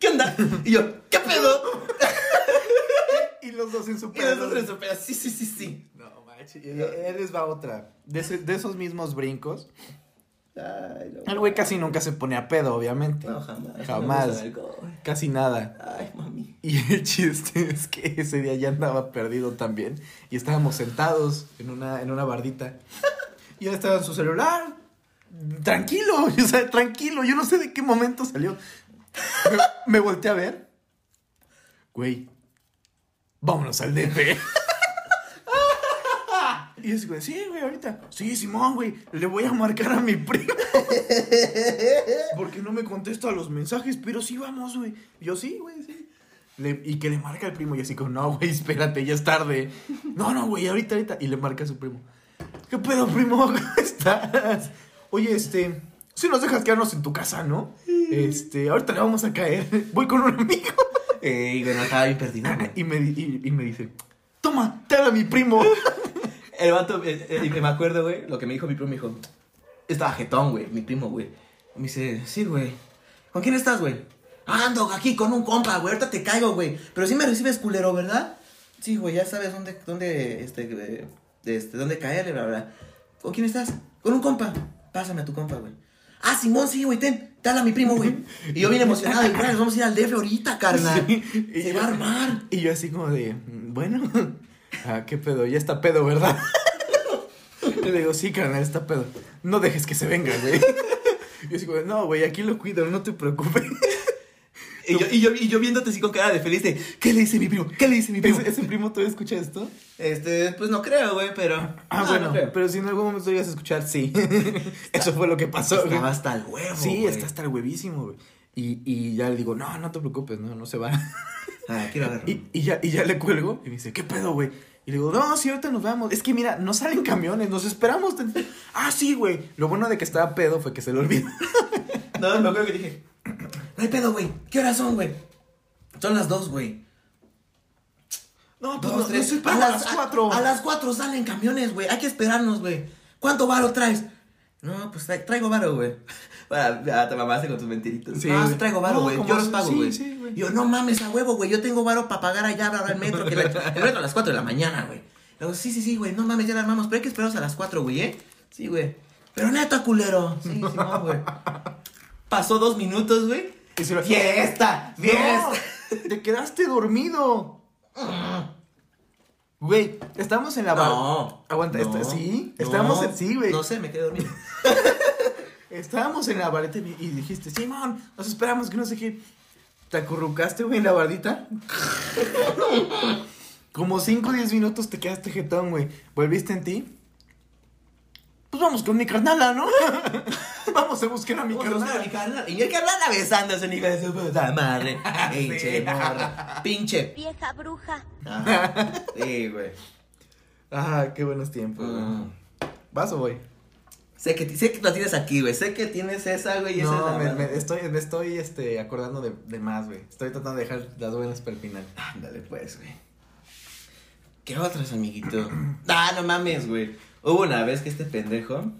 S4: ¿Qué onda? Y yo: ¿Qué pedo?
S3: Y los dos en su
S4: Y los
S3: pedo.
S4: dos en su pedo. Sí, sí, sí, sí.
S3: No, manches. Sí, él les va otra. De, ese- de esos mismos brincos,
S4: Ay, no.
S3: el güey casi nunca se pone a pedo, obviamente.
S4: No, jamás.
S3: Jamás.
S4: No me gusta el alcohol.
S3: Casi nada.
S4: Ay, mami.
S3: Y el chiste es que ese día ya andaba perdido también. Y estábamos sentados en una, en una bardita. Y ya estaba en su celular. Tranquilo, o sea, tranquilo. Yo no sé de qué momento salió. Me, me volteé a ver. Güey, vámonos al DF. Y es güey, sí, güey, ahorita. Sí, Simón, güey, le voy a marcar a mi primo. Porque no me contesta los mensajes, pero sí vamos, güey. Yo sí, güey, sí. Le- y que le marca al primo y así como, no, güey, espérate, ya es tarde. No, no, güey, ahorita, ahorita. Y le marca a su primo. ¿Qué pedo, primo? ¿Cómo estás? Oye, este, si nos dejas quedarnos en tu casa, ¿no? Este, ahorita le vamos a caer. Voy con un amigo.
S4: Ey, bueno, estaba bien perdido, güey.
S3: Y me, di- y, y me dice, toma, te habla mi primo.
S4: El vato, eh, eh, y me acuerdo, güey, lo que me dijo mi primo, me dijo, estaba jetón, güey, mi primo, güey. Me dice, sí, güey, ¿con quién estás, güey? "Ah, Ando aquí con un compa, güey, ahorita te caigo, güey. Pero sí me recibes culero, ¿verdad? Sí, güey, ya sabes dónde, dónde, este, eh, este, dónde caerle, bla, bla. ¿Con quién estás? Con un compa. Pásame a tu compa, güey. Ah, Simón, sí, güey, ten, te habla mi primo, güey. Y yo bien emocionado, y güey, nos vamos a ir al DF ahorita, carnal.
S3: Sí, y
S4: Se
S3: yo-
S4: va a armar.
S3: Y yo así como de, bueno, ah, qué pedo, ya está pedo, ¿verdad? Y le digo, sí, carnal, está pedo. No dejes que se venga, güey. Y yo así como, no, güey, aquí lo cuido, no te preocupes.
S4: Y yo, y, yo, y yo viéndote así con cara de feliz de, ¿qué le dice mi primo? ¿Qué le dice mi primo?
S3: ¿Ese, ese primo todavía escucha esto?
S4: Este, pues no creo, güey, pero.
S3: Ah,
S4: no,
S3: bueno,
S4: no creo.
S3: pero si en algún momento llegas a escuchar, sí. Eso fue lo que pasó, güey.
S4: Estaba hasta el huevo.
S3: Sí,
S4: güey.
S3: está hasta el huevísimo, güey. Y, y ya le digo, no, no te preocupes, no, no se va.
S4: Ah, quiero agarrar.
S3: Y, y ya, y ya le cuelgo y me dice, ¿qué pedo, güey? Y le digo, no, sí, ahorita nos vamos. Es que mira, no salen camiones, nos esperamos. tant- Ah, sí, güey. Lo bueno de que estaba pedo fue que se le olvidó.
S4: No, me acuerdo que dije, no hay pedo, güey. ¿Qué horas son, güey? Son las dos, güey.
S3: No, pues
S4: Dos,
S3: no, no
S4: tres.
S3: se para a las cuatro.
S4: A, las cuatro salen camiones, güey. Hay que esperarnos, güey. ¿Cuánto varo traes? No, pues tra- traigo varo, güey. Ah, ah, te mamaste con tus mentiritos.
S3: Sí,
S4: no,
S3: güey.
S4: sí traigo varo,
S3: No,
S4: güey.
S3: como
S4: Yo los
S3: si-
S4: pago,
S3: sí,
S4: güey.
S3: sí, güey.
S4: Yo, no mames, a huevo, güey. Yo tengo varo para pagar allá, bla, bla, el metro. Que la- el metro a las 4 de la mañana, güey. Le digo, sí, sí, sí, güey. No mames, ya la armamos. Pero hay que esperarnos a las 4, güey, ¿eh? Sí, güey. Pero neta, culero. Sí, sí, no, güey. Pasó dos minutos, güey.
S3: Y se lo-
S4: ¡Fiesta!
S3: No,
S4: ¡Fiesta!
S3: te quedaste dormido. Güey, estamos en la bar-
S4: No.
S3: Ah, Aguanta,
S4: esto
S3: esta- sí. Estábamos en- sí, güey.
S4: No sé, me quedé dormido.
S3: Estábamos en la barrita y y dijiste, Simón, nos esperamos que no sé qué. Te acurrucaste, güey, en la bardita. Como 5 o 10 minutos te quedaste jetón, güey. Volviste en ti. Pues vamos con mi carnala, ¿no? vamos a buscar a mi
S4: Vamos a buscar a
S3: carnala.
S4: mi carnal. Y mi carnal besándose, ni de su puta madre. Pinche morra. Pinche.
S1: vieja bruja,
S4: Ajá. Sí, güey.
S3: Ah, qué buenos tiempos, güey.
S4: Mm.
S3: ¿Vas o voy?
S4: Sé que, sé que la tienes aquí, güey. Sé que tienes esa, güey. Y esa es
S3: No,
S4: la
S3: me,
S4: más-
S3: me estoy, me estoy este, acordando de, de más, güey. Estoy tratando de dejar las buenas para el final.
S4: Ándale, pues, güey. ¿Qué otras, amiguito? Ah, no mames, güey. Hubo una vez que este pendejo,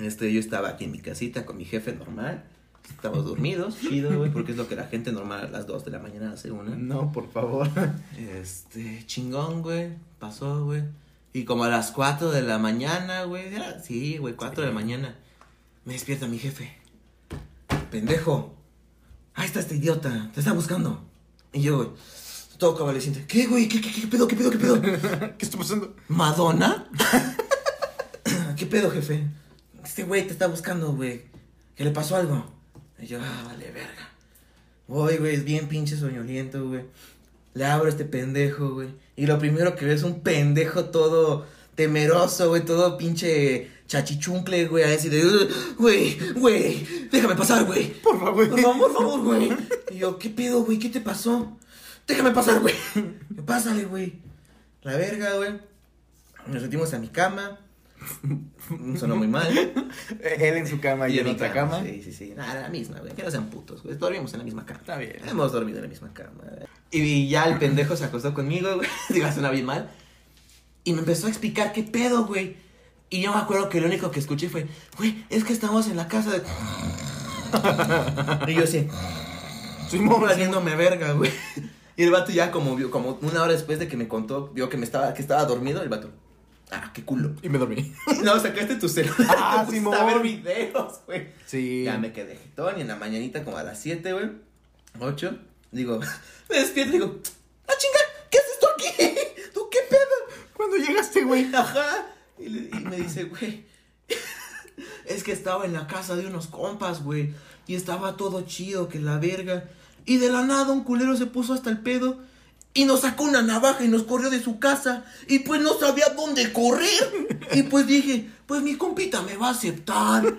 S4: este, yo estaba aquí en mi casita con mi jefe normal. Estamos dormidos, chido, güey, porque es lo que la gente normal a las 2 de la mañana hace una.
S3: No, por favor.
S4: Este, chingón, güey. Pasó, güey. Y como a las 4 de la mañana, güey. era- Sí, güey, 4 de la mañana. Me despierta mi jefe. Pendejo. Ahí está este idiota. Te está buscando. Y yo, güey. Todo cabaleciente. ¿Qué, güey? ¿Qué, qué, qué pedo? ¿Qué pedo? ¿Qué pedo?
S3: ¿Qué está pasando?
S4: ¿Madonna? ¿Qué pedo, jefe? Este güey te está buscando, güey. ¿Que le pasó algo? Y yo, ah, vale, verga. Voy, güey, es bien pinche soñoliento, güey. Le abro a este pendejo, güey. Y lo primero que veo es un pendejo todo temeroso, güey, todo pinche chachichuncle, güey, así de, "Ugh, güey, güey, déjame pasar, güey.
S3: Pues, Por favor.
S4: Por favor, por favor, güey. Y yo, ¿qué pedo, güey? ¿Qué te pasó? Déjame pasar, güey. Pásale, güey. La verga, güey. Nos metimos a mi cama. Mm, Sonó muy mal.
S3: Él en su cama y,
S4: en
S3: en
S4: mi
S3: otra cama.
S4: Sí, sí, sí. Nada, la misma, güey. Que no sean putos, güey. Dormimos en la misma cama.
S3: Está bien.
S4: Hemos dormido en la misma cama. Y, y ya el pendejo se acostó conmigo, güey. Digo, suena bien mal. Y me empezó a explicar qué pedo, güey. Y yo me acuerdo que lo único que escuché fue, güey, es que estamos en la casa de. y yo así.
S3: Soy
S4: Simón valiéndome verga, güey. Y el vato ya como vio, como una hora después de que me contó, vio que me estaba, que estaba dormido, el vato. Ah, qué culo.
S3: Y me dormí.
S4: No, sacaste tu celular.
S3: Ah,
S4: te pusiste
S3: Simón.
S4: A ver videos, güey.
S3: Sí.
S4: Ya me quedé jetón y en la mañanita como a las 7, güey. 8. Digo, me despierto y digo, ¡ah, chinga! ¿Qué haces tú aquí? ¿Tú qué pedo?
S3: Cuando llegaste, güey.
S4: Ajá. Y, le- y me dice, güey, es que estaba en la casa de unos compas, güey. Y estaba todo chido, que la verga. Y de la nada un culero se puso hasta el pedo. Y nos sacó una navaja y nos corrió de su casa. Y pues no sabía dónde correr. Y pues dije, pues mi compita me va a aceptar.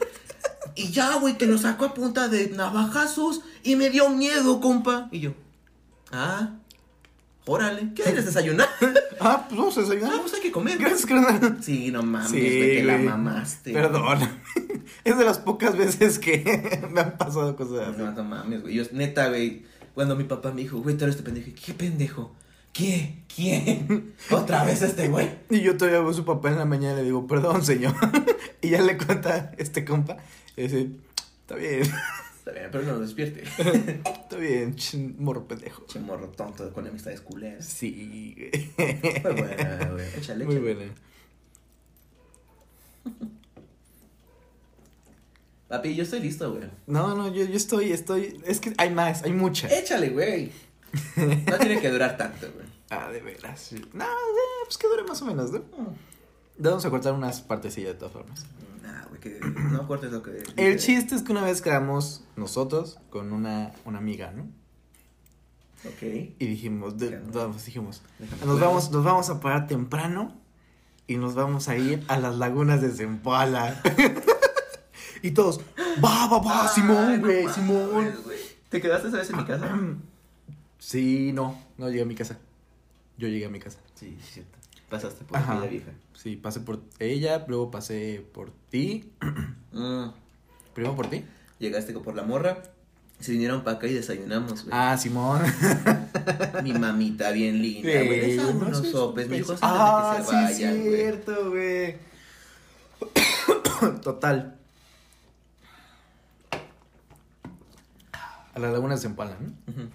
S4: Y ya, güey, que nos sacó a punta de navajazos. Y me dio miedo, compa. Y yo, ah, órale, ¿qué quieres desayunar?
S3: Ah, pues vamos a
S4: Ah,
S3: desayunar.
S4: pues hay que comer.
S3: Gracias, carnal.
S4: Sí, no mames, güey, que la
S3: güey.
S4: mamaste.
S3: Perdón. Es de las pocas veces que me han pasado cosas así.
S4: No, no mames, güey. Yo, neta, güey. Cuando mi papá me dijo, güey, tú eres este pendejo. ¿Qué pendejo? ¿Qué? ¿Quién? ¿Otra vez este güey?
S3: Y yo todavía veo a su papá en la mañana y le digo, perdón, señor. Y ya le cuenta este compa. Y dice, está bien,
S4: Está bien, pero no lo despierte.
S3: está bien, chin, morro pendejo.
S4: Che morro tonto con amistades culeras.
S3: Sí, güey.
S4: Fue buena, güey. Échale,
S3: Muy
S4: échale.
S3: buena.
S4: Papi, yo estoy listo, güey.
S3: No, no, yo, yo estoy, estoy. Es que hay más, hay muchas.
S4: Échale, güey. No tiene que durar tanto, güey.
S3: Ah, de veras. sí. No, eh, pues que dure más o menos, ¿no? Vamos a cortar unas partecillas de todas formas.
S4: Nah, Mm, güey, que no cortes lo que.
S3: El chiste es que una vez quedamos nosotros con una, una amiga, ¿no?
S4: Ok.
S3: Y dijimos, de-
S4: Claro.
S3: vamos, dijimos,
S4: Déjame
S3: nos
S4: ver.
S3: vamos, nos vamos a parar temprano y nos vamos a ir a las lagunas de Zempala. y todos, va, va, va,
S4: Ay,
S3: Ah, Simón,
S4: Ah, no
S3: güey,
S4: mames,
S3: Simón.
S4: güey. ¿Te quedaste esa vez en mi casa?
S3: Sí, no, no llegué a mi casa. Yo llegué a mi casa.
S4: Sí, es cierto. Pasaste por
S3: Ajá.
S4: la vieja.
S3: Sí, pasé por ella, luego pasé por ti,
S4: Mm.
S3: primero por ti.
S4: Llegaste por la morra. Se vinieron para acá y desayunamos, güey.
S3: Ah, Simón.
S4: Mi mamita bien linda,
S3: Sí,
S4: güey. Deja
S3: no
S4: unos
S3: sé,
S4: sopes, mi hijo, antes
S3: Ah,
S4: de que se
S3: sí,
S4: vayan, güey.
S3: cierto, güey. Total. A las lagunas se empalan, ¿no?
S4: Ujú.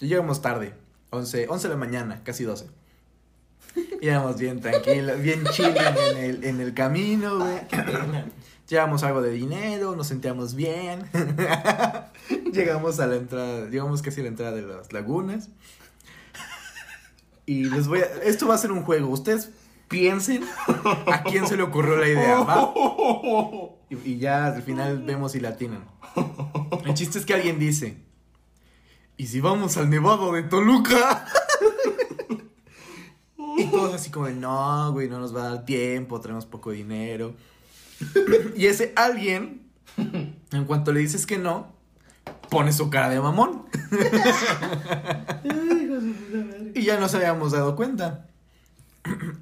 S3: Y llegamos tarde, 11, 11 de la mañana, casi 12. Y éramos bien tranquilos, bien chill en el, en el camino, güey. Llevamos algo de dinero, nos sentíamos bien. llegamos a la entrada, llegamos casi a la entrada de las lagunas. Y les voy a. Esto va a ser un juego. Ustedes piensen a quién se le ocurrió la idea, ¿va? Y, y ya al final vemos si la atinan. El chiste es que alguien dice: ¿Y si vamos al nevado de Toluca? Y todos así como, de, no, güey, no nos va a dar tiempo, tenemos poco dinero. Y ese alguien, en cuanto le dices que no, pone su cara de mamón. Y ya nos habíamos dado cuenta.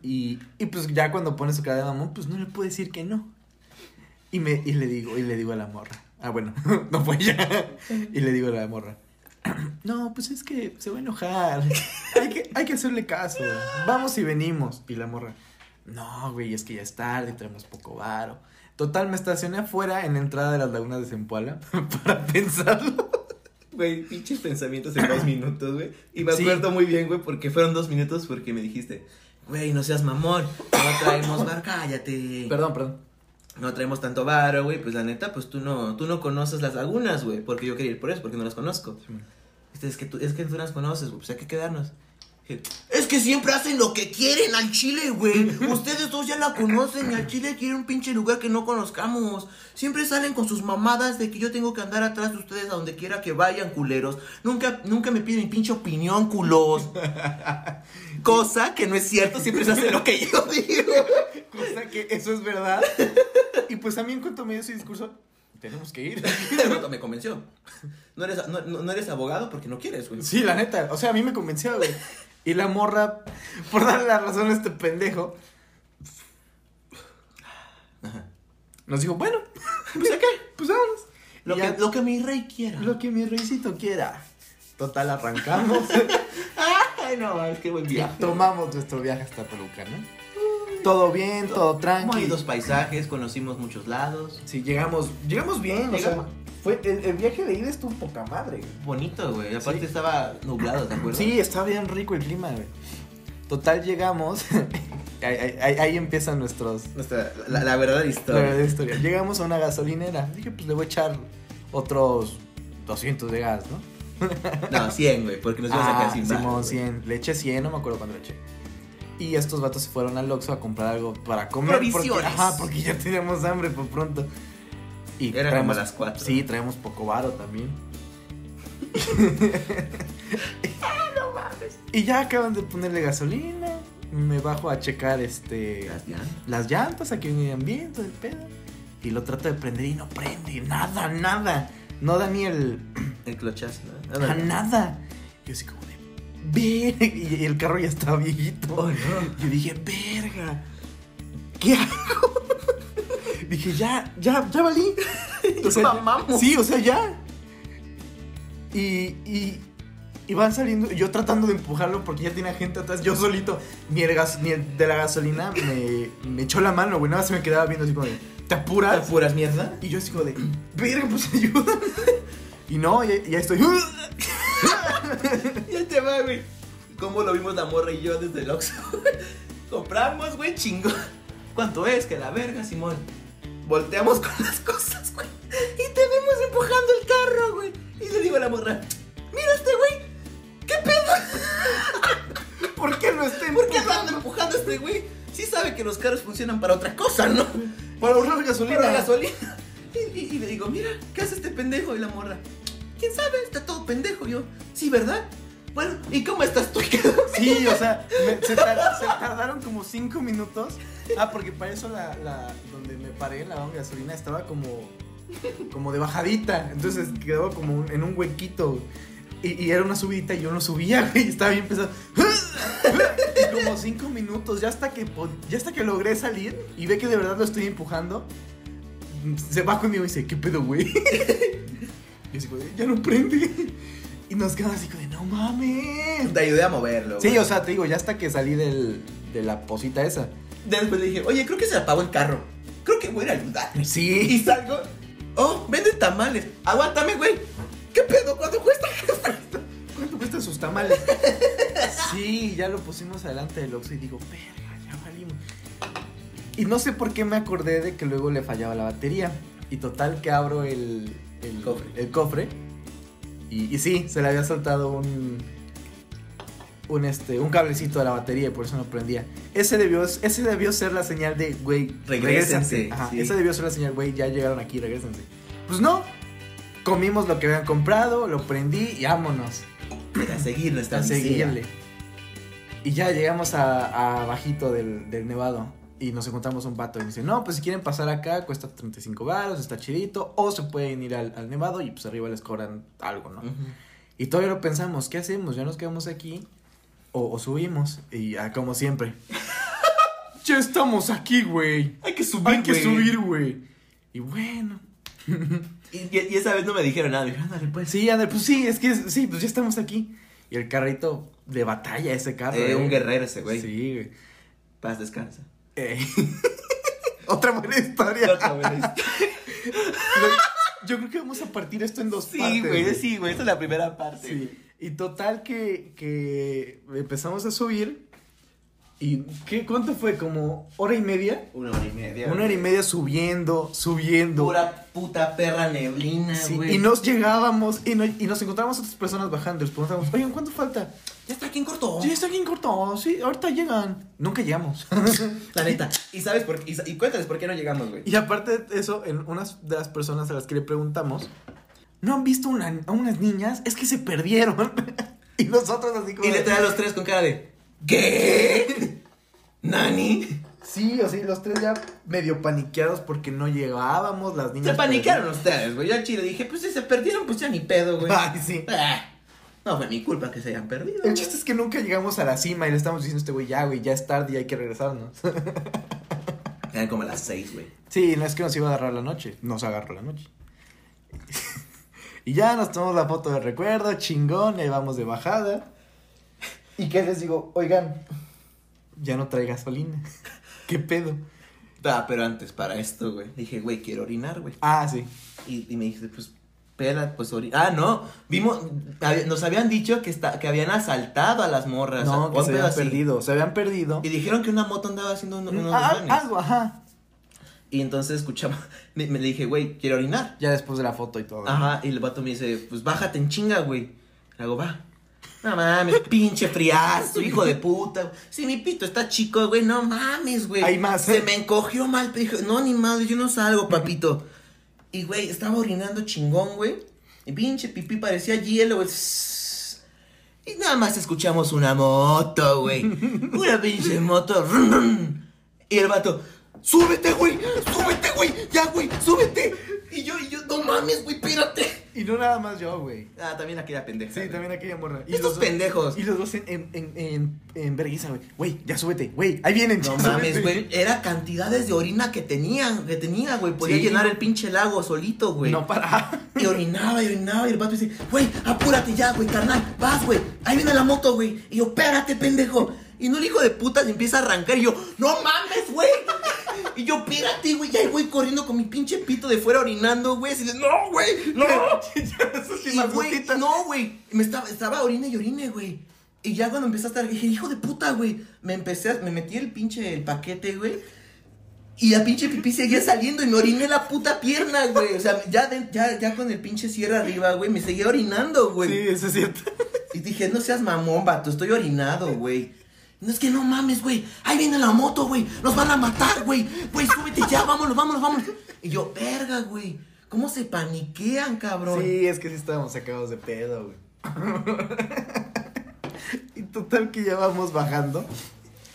S3: Y, y pues ya cuando pone su cara de mamón, pues no le puedo decir que no. Y, me, y le digo, y le digo a la morra. Ah, bueno, no fue ya. Y le digo a la morra. No, pues es que se va a enojar. Hay que, hay que hacerle caso. Vamos y venimos. Y la morra. No, güey, es que ya es tarde, traemos poco varo. Total, me estacioné afuera en la entrada de las lagunas de Zempoala para pensarlo.
S4: Güey, pinches pensamientos en dos minutos, güey. Y me
S3: Sí.
S4: acuerdo muy bien, güey, porque fueron dos minutos porque me dijiste, güey, no seas mamón, no traemos bar, cállate.
S3: Perdón, perdón.
S4: No traemos tanto varo, güey, pues la neta, pues tú no, tú no conoces las lagunas, güey, porque yo quería ir por eso, porque no las conozco. Este, es que tú, es que tú las conoces, güey, pues hay que quedarnos. Dije, Es que siempre hacen lo que quieren al Chile, güey. Ustedes dos ya la conocen y al Chile quieren un pinche lugar que no conozcamos. Siempre salen con sus mamadas de que yo tengo que andar atrás de ustedes a donde quiera que vayan, culeros. Nunca, nunca me piden mi pinche opinión, culos. Cosa que no es cierto, siempre se hace lo que yo digo.
S3: Cosa que eso es verdad. Y pues a mí en cuanto me dio su discurso, tenemos que ir.
S4: No me convenció. No eres, no, no- no eres abogado porque no quieres, güey.
S3: Sí, la neta. O sea, a mí me convenció, güey. Y la morra, por darle la razón a este pendejo, nos dijo, bueno, pues acá, pues vamos.
S4: Lo,
S3: Y ya-
S4: que, lo que mi rey quiera.
S3: lo que mi reycito quiera. Total, arrancamos.
S4: Ay, no, es que buen
S3: y tomamos nuestro viaje hasta Toluca, ¿no? Todo bien, todo tranquilo.
S4: Bonitos paisajes, conocimos muchos lados.
S3: Sí, llegamos, llegamos bien. o sea,
S4: Llegamos-
S3: fue, el, el viaje de ida estuvo poca madre, güey.
S4: Bonito, güey. Aparte
S3: Sí.
S4: estaba nublado, ¿te acuerdas?
S3: Sí, estaba bien rico el clima, güey. Total, llegamos Ahí, ahí- ahí- ahí empiezan nuestros...
S4: Nuestra- la, la verdadera
S3: La
S4: historia.
S3: verdadera historia. Llegamos a una gasolinera. Dije, pues le voy a echar otros 200 de gas, ¿no?
S4: No, 100, güey, porque nos íbamos a
S3: Ah,
S4: quedar sin
S3: Simón,
S4: barro, güey.
S3: 100. Le eché 100, no me acuerdo cuánto le eché. Y estos vatos se fueron al Oxxo a comprar algo para comer. Porque,
S4: Provisiones.
S3: ajá, porque ya teníamos hambre por pronto. Y
S4: Eran como
S3: traemos-
S4: las 4.
S3: Sí, traemos poco varo también. Y ya acaban de ponerle gasolina. Me bajo a checar este
S4: Las llantas.
S3: las llantas a que venían bien, todo el pedo. Y lo trato de prender y no prende. Nada, nada. No da ni el
S4: El clochazo, ¿no? Ah,
S3: a
S4: no.
S3: nada. Yo así como de, "Ver-". Y el carro ya estaba viejito. Yo dije, verga. ¿Qué hago? dije, ya, ya, ya valí. O sea,
S4: mamamos.
S3: Sí, o sea, ya. Y, y, y van saliendo, yo tratando de empujarlo porque ya tenía gente atrás, yo solito, ni el, gas- ni el de la gasolina me, me echó la mano, güey, nada más se me quedaba viendo así como de, ¿te
S4: ¿Te
S3: apuras?
S4: apuras, mierda?
S3: Y yo así como de, verga, pues ayuda. Y no, ya, ya estoy.
S4: Ya te va, güey. ¿Cómo lo vimos la morra y yo desde el Oxxo? Compramos, güey, chingo. ¿Cuánto es? Que la verga, Simón. Volteamos con las cosas, güey. Y te vemos empujando el carro, güey. Y le digo a la morra, mira este güey. ¿Qué pedo?
S3: ¿Por qué no estoy?
S4: ¿Por qué lo anda empujando este güey? Sí sabe que los carros funcionan para otra cosa, ¿no?
S3: Para ahorrar gasolina.
S4: Pero la gasolina. Y, y- y le digo, mira, ¿qué hace este pendejo? Y la morra, ¿quién sabe? Está todo pendejo. Y yo, sí, ¿verdad? Bueno, ¿y cómo estás tú?
S3: Sí, o sea, me- se, tar- se tardaron como 5 minutos. Ah, porque para eso la, la- donde me paré la bomba de gasolina estaba como como de bajadita, entonces quedaba como un- en un huequito y, y era una subidita y yo no subía, güey, y estaba bien pesado. Y como 5 minutos, ya hasta que po- ya hasta que logré salir y ve que de verdad lo estoy empujando, se va conmigo y dice, "¿Qué pedo, güey?" Y así como de, "Ya no prende." Y nos quedamos así como de, "No mames."
S4: Te ayudé a moverlo.
S3: Sí,
S4: güey.
S3: o sea, te digo, ya hasta que salí del, de la posita esa.
S4: Después le dije, oye, creo que se apagó el carro. Creo que voy a ir a ayudar. Y
S3: Sí.
S4: salgo, oh, vende tamales. Aguántame, güey. ¿Qué pedo? ¿Cuánto cuesta?
S3: ¿Cuánto cuestan sus tamales? Sí, ya lo pusimos adelante del Oxxo y digo, verga, ya valimos. Y no sé por qué me acordé de que luego le fallaba la batería. Y total que abro el, el
S4: Cofre.
S3: el cofre. Y, y sí, se le había soltado un un este un cablecito a la batería y por eso no prendía. Ese debió ese debió ser la señal de güey,
S4: Regrésense,
S3: regrésense. Ajá,
S4: sí.
S3: Esa debió ser la señal, güey, ya llegaron aquí, regrésense. Pues no. Comimos lo que habían comprado, lo prendí y vámonos
S4: A seguir nuestra
S3: a seguirle.
S4: miseria.
S3: Y ya llegamos a, a bajito del, del nevado y nos encontramos un vato y me dice, no, pues si quieren pasar acá cuesta 35 baros, está chidito, o se pueden ir al, al nevado y pues arriba les cobran algo, ¿no?
S4: Ujú.
S3: Y todavía lo pensamos, ¿qué hacemos? ¿Ya nos quedamos aquí o, o subimos? Y ah, como siempre. ya estamos aquí, güey.
S4: Hay que subir,
S3: Hay que
S4: güey.
S3: subir, güey. Y bueno.
S4: Y, y- y esa vez no me dijeron nada. Me dijeron, ándale, pues.
S3: Sí, André, pues sí, es que sí, pues ya estamos aquí. Y el carrito de batalla, ese carro.
S4: Eh,
S3: ¿eh?
S4: un guerrero ese, güey.
S3: Sí, güey.
S4: Paz, descansa.
S3: Eh, Otra buena historia. Lo- Yo creo que vamos a partir esto en dos partes.
S4: Sí, güey, sí, güey. Esta es la primera parte.
S3: Sí. Y total que, que empezamos a subir. ¿Y qué, cuánto fue? ¿Como hora y media?
S4: Una hora y media.
S3: Una hora y media subiendo, subiendo.
S4: Pura puta perra neblina,
S3: Sí,
S4: güey.
S3: y nos llegábamos y, no- y nos encontrábamos otras personas bajando. Les preguntamos, oigan, ¿cuánto falta?
S4: Ya está aquí en corto.
S3: Sí, está bien corto. Sí, ahorita llegan. Nunca llegamos.
S4: La neta. ¿Y sabes por qué? Y, sa- y cuéntales por qué no llegamos, güey.
S3: Y aparte de eso, en unas de las personas a las que le preguntamos, ¿no han visto una- a unas niñas? Es que se perdieron. y nosotros así como...
S4: Y le
S3: de-
S4: trae a los tres con cara de. ¿Qué? ¿Nani?
S3: Sí, o sí, los tres ya medio paniqueados porque no llegábamos, las niñas...
S4: Se paniquearon ustedes, güey. Yo al chile dije, pues si se perdieron, pues ya ni pedo, güey.
S3: perdieron. Ay, sí.
S4: Ah, No fue mi culpa que se hayan perdido.
S3: El
S4: güey.
S3: chiste es que nunca llegamos a la cima y le estamos diciendo a este güey, ya, güey, ya es tarde y hay que regresarnos.
S4: Eran como las seis, güey.
S3: sí, no es que nos iba a agarrar la noche. Nos agarró la noche. y ya nos tomamos la foto de recuerdo, chingón, y ahí vamos de bajada. ¿Y qué les digo? Oigan, ya no trae gasolina. ¿Qué pedo?
S4: Ah, pero antes para esto, güey. Dije, güey, quiero orinar, güey.
S3: Ah, sí.
S4: Y, y me dije, pues, Pela, pues ori- Ah, no. Vimos. hab- Nos habían dicho que, está, que habían asaltado a las morras.
S3: No,
S4: o
S3: que
S4: un
S3: se
S4: pedo
S3: habían
S4: así.
S3: perdido. Se habían perdido.
S4: Y dijeron que una moto andaba haciendo uno- unos
S3: Ah,
S4: desmanes.
S3: algo, ajá.
S4: Y entonces escuchaba. Me, me le dije, güey, quiero orinar.
S3: Ya después de la foto y todo.
S4: Ajá. Y el vato me dice, pues bájate en chinga, güey. Le hago, va. No mames, pinche friazo, hijo de puta. Si mi pito está chico, güey, no mames, güey.
S3: Hay más. ¿eh?
S4: Se me encogió mal. te dije, no, ni madre, yo no salgo, papito. Y, güey, estaba orinando chingón, güey. Y pinche pipí parecía hielo, güey. Y nada más escuchamos una moto, güey. Una pinche moto. rum, rum. Y el vato, súbete, güey, súbete, güey, ya, güey, súbete. Y yo, y yo, no mames, güey, espérate.
S3: Y no nada más yo, güey.
S4: Ah, también aquella pendeja.
S3: Sí,
S4: güey.
S3: también aquella morra. Y
S4: Estos
S3: los dos-
S4: pendejos.
S3: Y los dos en, en, en, en, en vergüenza, güey. Güey, ya súbete, güey. Ahí vienen,
S4: No
S3: ya
S4: mames,
S3: súbete.
S4: güey. Era cantidades de orina que tenía, que tenía, güey. Podía
S3: Sí.
S4: llenar el pinche lago solito, güey.
S3: No para.
S4: Y orinaba y orinaba y el vato dice, güey, apúrate ya, güey, carnal, vas, güey, ahí viene la moto, güey. Y yo, espérate, pendejo. Y no el hijo de puta se empieza a arrancar y yo, no mames, güey. Y yo, espérate, güey, ya voy corriendo con mi pinche pito de fuera orinando, güey. Así de, no, güey, no.
S3: Las
S4: Y,
S3: últimas
S4: güey,
S3: gotitas.
S4: no, güey. Me estaba, estaba orine y orine, güey. Y ya cuando empecé a estar, dije, hijo de puta, güey. Me empecé, a- me metí el pinche el paquete, güey. Y la pinche pipí seguía saliendo y me oriné la puta pierna, güey. O sea, ya, de- ya, ya con el pinche cierre arriba, güey, me seguía orinando, güey.
S3: Sí, eso es cierto.
S4: Y dije, no seas mamón, vato, estoy orinado, güey. No es que no mames, güey. Ahí viene la moto, güey. Nos van a matar, güey. Güey, súbete ya, vámonos, vámonos, vámonos. Y yo, verga, güey. ¿Cómo se paniquean, cabrón?
S3: Sí, es que sí estábamos sacados de pedo, güey. y total que ya vamos bajando.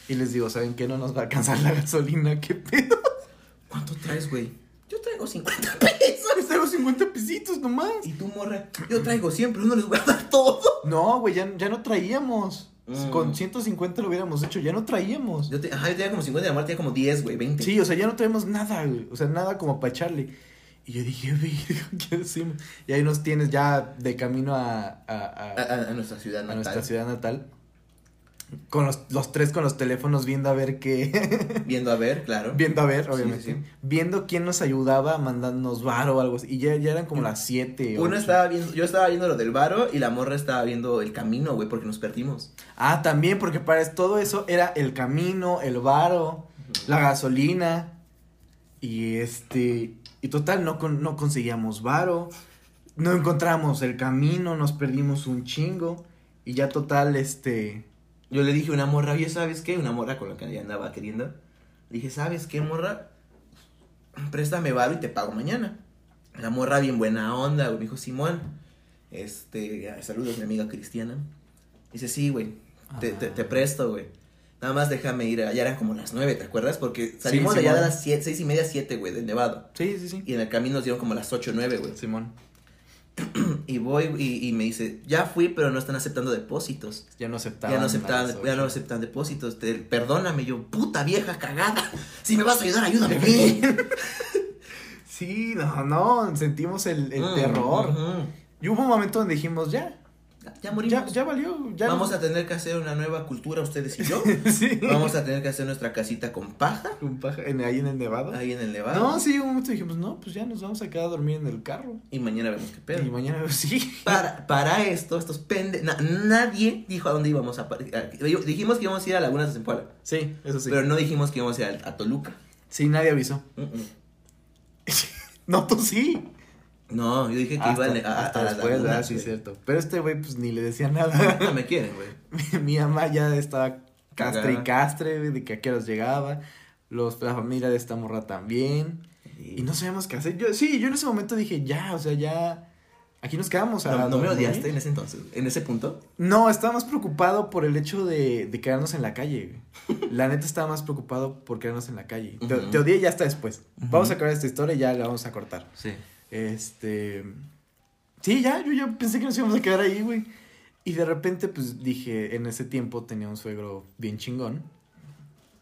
S3: Y les digo, ¿saben qué? No nos va a alcanzar la gasolina, qué pedo.
S4: ¿Cuánto traes, güey? Yo traigo 50 pesos.
S3: Les traigo 50 pesitos nomás.
S4: Y tú, morra, yo traigo siempre, uno les voy a dar todo.
S3: No, güey, ya, ya no traíamos.
S4: Mm.
S3: Con 150 lo hubiéramos hecho, ya no traíamos.
S4: Yo te, ajá, yo tenía como 50 y la morra tenía como 10, güey, 20.
S3: Sí, o sea, ya no traemos nada, güey. O sea, nada como para echarle. Y yo dije, verga, ¿qué hacemos? Y ahí nos tienes ya de camino a, a- a-
S4: A, a- a nuestra ciudad
S3: a
S4: natal.
S3: nuestra ciudad natal. Con los, los tres con los teléfonos viendo a ver qué.
S4: Viendo a ver, claro.
S3: viendo a ver,
S4: Sí,
S3: obviamente.
S4: sí, sí.
S3: Viendo quién nos ayudaba mandándonos bar o algo así. Y ya, ya eran como las 7.
S4: Uno Mm. estaba viendo, yo estaba viendo lo del varo y la morra estaba viendo el camino, güey, porque nos perdimos.
S3: Ah, también, porque para es- todo eso era el camino, el varo, la gasolina. Y este. Y total, no, con- no conseguíamos varo. No encontramos el camino, nos perdimos un chingo. Y ya total, este.
S4: Yo le dije a una morra, oye, ¿sabes qué? Una morra con la que ya andaba queriendo. Le dije, ¿sabes qué, morra? Préstame varo y te pago mañana. La morra bien buena onda, güey. Me dijo, Simón, este, ah, saludos, mi amiga Cristiana. Dice, sí, güey, te, te- te presto, güey. Nada más déjame ir, allá eran como las nueve, ¿te acuerdas? Porque salimos de allá
S3: Simón.
S4: a las siete, seis y media, siete, güey, del Nevado.
S3: Sí, sí, sí.
S4: Y en el camino nos dieron como las ocho, nueve, güey.
S3: Simón,
S4: Y voy y, y me dice, ya fui, pero no están aceptando depósitos.
S3: ya no aceptaban.
S4: ya no
S3: a las
S4: aceptaban,
S3: ocho.
S4: ya no aceptan depósitos. Te- perdóname, yo, puta vieja cagada. Si me vas a ayudar, ayúdame bien.
S3: Sí, no, no, sentimos el, el
S4: Mm,
S3: terror.
S4: ujú.
S3: Y hubo un momento donde dijimos, ya,
S4: Ya
S3: ya,
S4: morimos.
S3: ya valió. Ya
S4: Vamos a tener que hacer una nueva cultura, ustedes y yo.
S3: sí.
S4: Vamos a tener que hacer nuestra casita con paja
S3: Un paja- en- ahí en el nevado.
S4: ahí en el Nevado.
S3: No, sí, un momento dijimos, no, pues ya nos vamos a quedar a dormir en el carro.
S4: Y mañana vemos qué
S3: Y
S4: pedo.
S3: mañana sí.
S4: Para, para esto, estos pende... na- nadie dijo a dónde íbamos a... par- a- Dijimos que íbamos a ir a Lagunas de Zempoala,
S3: Sí, eso sí.
S4: pero no dijimos que íbamos a ir a, a Toluca.
S3: Sí, nadie avisó.
S4: Mm, mm.
S3: No, tú sí.
S4: No, yo dije que iba a, a-
S3: hasta
S4: a las
S3: después,
S4: lagunas,
S3: ah, sí,
S4: güey.
S3: cierto. Pero este güey, pues ni le decía nada.
S4: No me quieren, güey.
S3: mi, mi mamá ya estaba castre y
S4: Cagada.
S3: castre, güey, de que a qué horas llegaba. Los, la familia de esta morra también. Y no sabíamos qué hacer. Yo, sí, yo en ese momento dije, ya, o sea, ya. Aquí nos quedamos. a
S4: No, no me
S3: dormir.
S4: odiaste en ese entonces, en ese punto.
S3: No, estaba más preocupado por el hecho de, de quedarnos en la calle. güey. La neta estaba más preocupado por quedarnos en la calle. Te,
S4: Ujú.
S3: te odié ya hasta después. Vamos
S4: Ujú.
S3: a acabar esta historia y ya la vamos a cortar.
S4: Sí.
S3: Este. Sí, ya, yo ya pensé que nos íbamos a quedar ahí, güey. Y de repente, pues dije, en ese tiempo tenía un suegro bien chingón.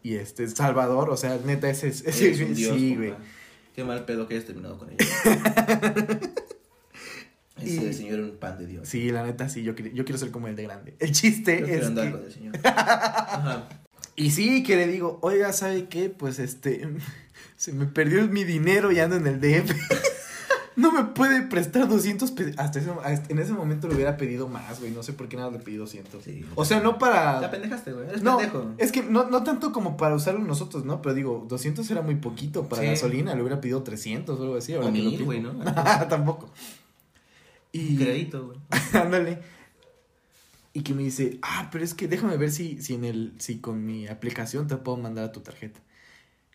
S3: Y este, Salvador, o sea, neta, ese es. ese es- sí, güey.
S4: Qué mal pedo que hayas terminado con ella. Ese
S3: Y-
S4: señor era un pan de Dios.
S3: Sí, la neta, sí, yo, quería- yo quiero ser como el de grande. El
S4: Yo
S3: chiste
S4: quiero
S3: es.
S4: andar
S3: que-
S4: con el señor. Ajá.
S3: Y sí, que le digo, oiga, ¿sabe qué? Pues este, se me perdió mi dinero y ando en el DF. no me puede prestar 200 pesos. Hasta, ese- hasta en ese momento le hubiera pedido más, güey. No sé por qué nada le pedí 200.
S4: Sí.
S3: O sea, no
S4: La
S3: para...
S4: pendejaste, güey. Eres
S3: No,
S4: pendejo.
S3: es que no, no tanto como para usarlo nosotros, ¿no? Pero digo, 200 era muy poquito para
S4: Sí.
S3: gasolina. Le hubiera pedido 300 o algo así. ahora
S4: O
S3: que lo
S4: mil,
S3: pienso.
S4: güey, ¿no?
S3: Tampoco. Y...
S4: Crédito, güey.
S3: Ándale. Y que me dice, ah, pero es que déjame ver si, si en el, si con mi aplicación te puedo mandar a tu tarjeta.